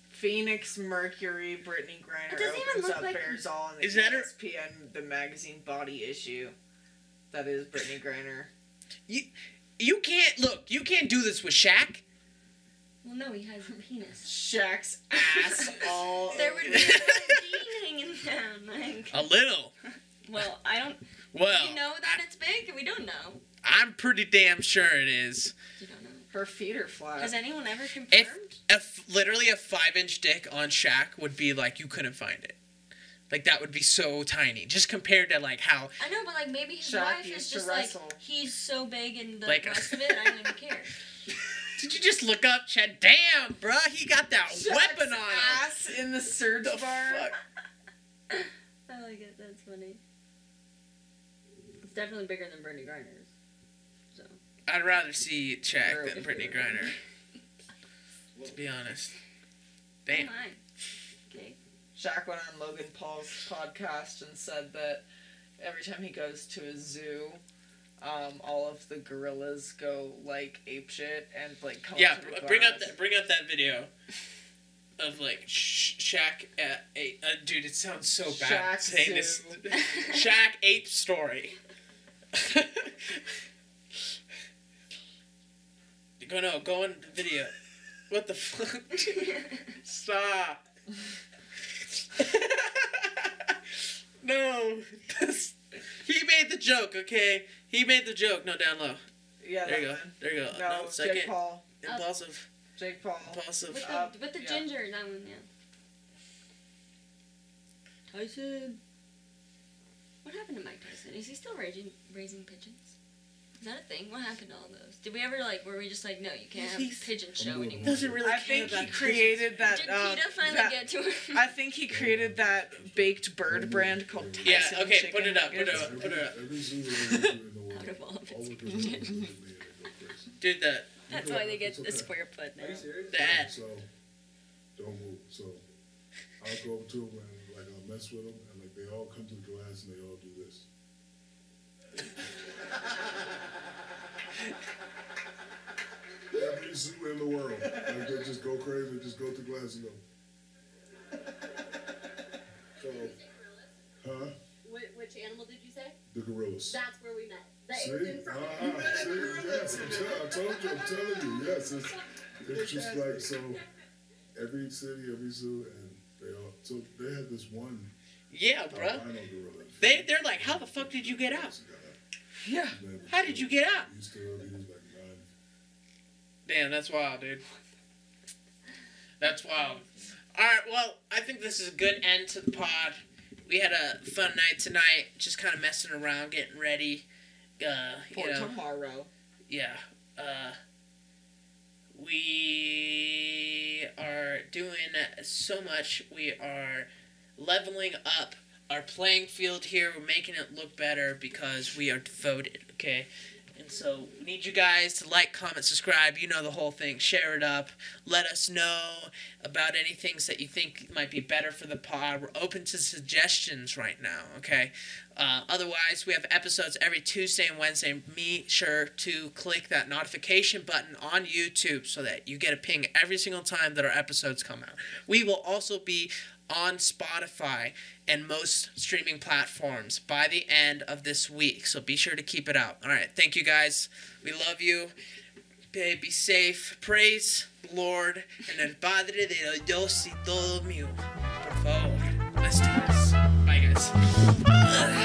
C: Phoenix, Mercury, Brittany Griner
B: It doesn't even
C: opens
B: look
C: up
B: like-
C: bears all in the E
A: Is that her-
C: ESPN, the magazine body issue. That is Brittany Griner.
A: You can't look. You can't do this with Shaq.
B: Well, no, he has a penis.
C: Shaq's ass all.
B: There
C: over
B: would be
C: it.
B: a hanging down. Like,
A: A little.
B: well, I don't.
A: Well,
B: You know that it's big. We don't know.
A: I'm pretty damn sure it is.
B: You don't know.
C: Her feet are flat.
B: Has anyone ever confirmed?
A: A f- literally a five inch dick on Shaq would be like you couldn't find it. Like that would be so tiny, just compared to like how
B: I know, but like maybe his
C: Shaq
B: wife
C: used
B: is
C: to
B: just like
C: wrestle.
B: he's so big and the
A: Like-
B: rest of it, I don't even care.
A: did you just look up Chad? Damn, bruh, he got that
C: Shaq's
A: weapon on him.
C: ass in the surge
A: The
C: bar.
A: fuck?
B: I like it. That's funny. It's definitely bigger than Bernie Griner's. So
A: I'd rather see
C: Girl,
A: Shaq than
C: if
A: Brittany
C: you're-
A: Griner. to be honest, damn.
B: Oh my. Okay.
C: Shaq went on Logan Paul's podcast and said that every time he goes to a zoo, um, all of the gorillas go like apeshit and like come
A: Yeah,
C: up to
A: br-
C: the
A: bring up
C: glass.
A: that bring up that video of like Sh- Shaq at eight. Uh, dude, it sounds so bad
C: Shaq
A: saying this.
C: zoo.
A: Shaq ape story. go no, go on the video. What the fuck? Stop. no, That's- he made the joke. Okay, he made the joke. No, down low.
C: Yeah,
A: There
C: that
A: you go.
C: one.
A: There you go.
C: No,
A: No,
C: Jake
A: second.
C: Paul.
A: Impulsive.
C: Jake Paul.
B: With
A: Impulsive.
B: the
C: Up,
B: with the
C: yeah.
B: ginger, that one, yeah. Tyson. What happened to Mike Tyson? Is he still raising raising pigeons? Is that a thing? What happened to all those? Did we ever like were we just like no, you can't have
A: He's-
B: a pigeon show anymore?
A: Doesn't really
C: I
A: care
C: think
A: about
C: he created that.
B: Did
C: um,
B: PETA finally
C: that-
B: get to him?
C: I think he created that baked bird brand called Tyson
A: Yeah, okay, put
C: Chicken
A: it up, put it
C: Nuggets.
A: up.
I: Every, every zoo that I go in the world,
B: Out of all of
I: all
B: his
I: the gorillas are
B: pigeons.
I: in there, they go crazy.
A: Dude, the
B: That's why they get the square foot now.
I: Are you serious?
A: That.
I: So, don't move. So, I'll go up to them and like I'll mess with them and like they all come to the glass and they all do this. Every zoo in the world, like they just go crazy, just go to glass and go. So, huh?
G: Which, which animal did you say?
I: The gorillas.
G: That's where we met. The
I: See?
G: Asian frog.
I: Ah, see? Yes, I'm tell- I told you, I'm telling you, yes. It's, it's just like, so, every city, every zoo, and they all, so they had this one
A: yeah,
I: albino
A: bro.
I: gorilla.
A: They they're like, how the fuck did you get out?
C: Yeah.
A: How did you get out?
I: He still, he was like nine.
A: Damn, that's wild, dude. That's wild. All right, well, I think this is a good end to the pod. We had a fun night tonight, just kind of messing around, getting ready. Uh,
C: For
A: you know,
C: tomorrow.
A: yeah. Uh, we are doing so much. We are leveling up our playing field here. We're making it look better because we are devoted, okay? And so we need you guys to like, comment, subscribe. You know the whole thing. Share it up. Let us know about any things that you think might be better for the pod. We're open to suggestions right now, okay? Uh, otherwise, we have episodes every Tuesday and Wednesday. Be sure to click that notification button on YouTube so that you get a ping every single time that our episodes come out. We will also be on Spotify and most streaming platforms by the end of this week. So be sure to keep it out. All right. Thank you guys. We love you. Be, be safe. Praise the Lord and el Padre de los Dios y todo mío. Por favor. Bless to us. Bye, guys.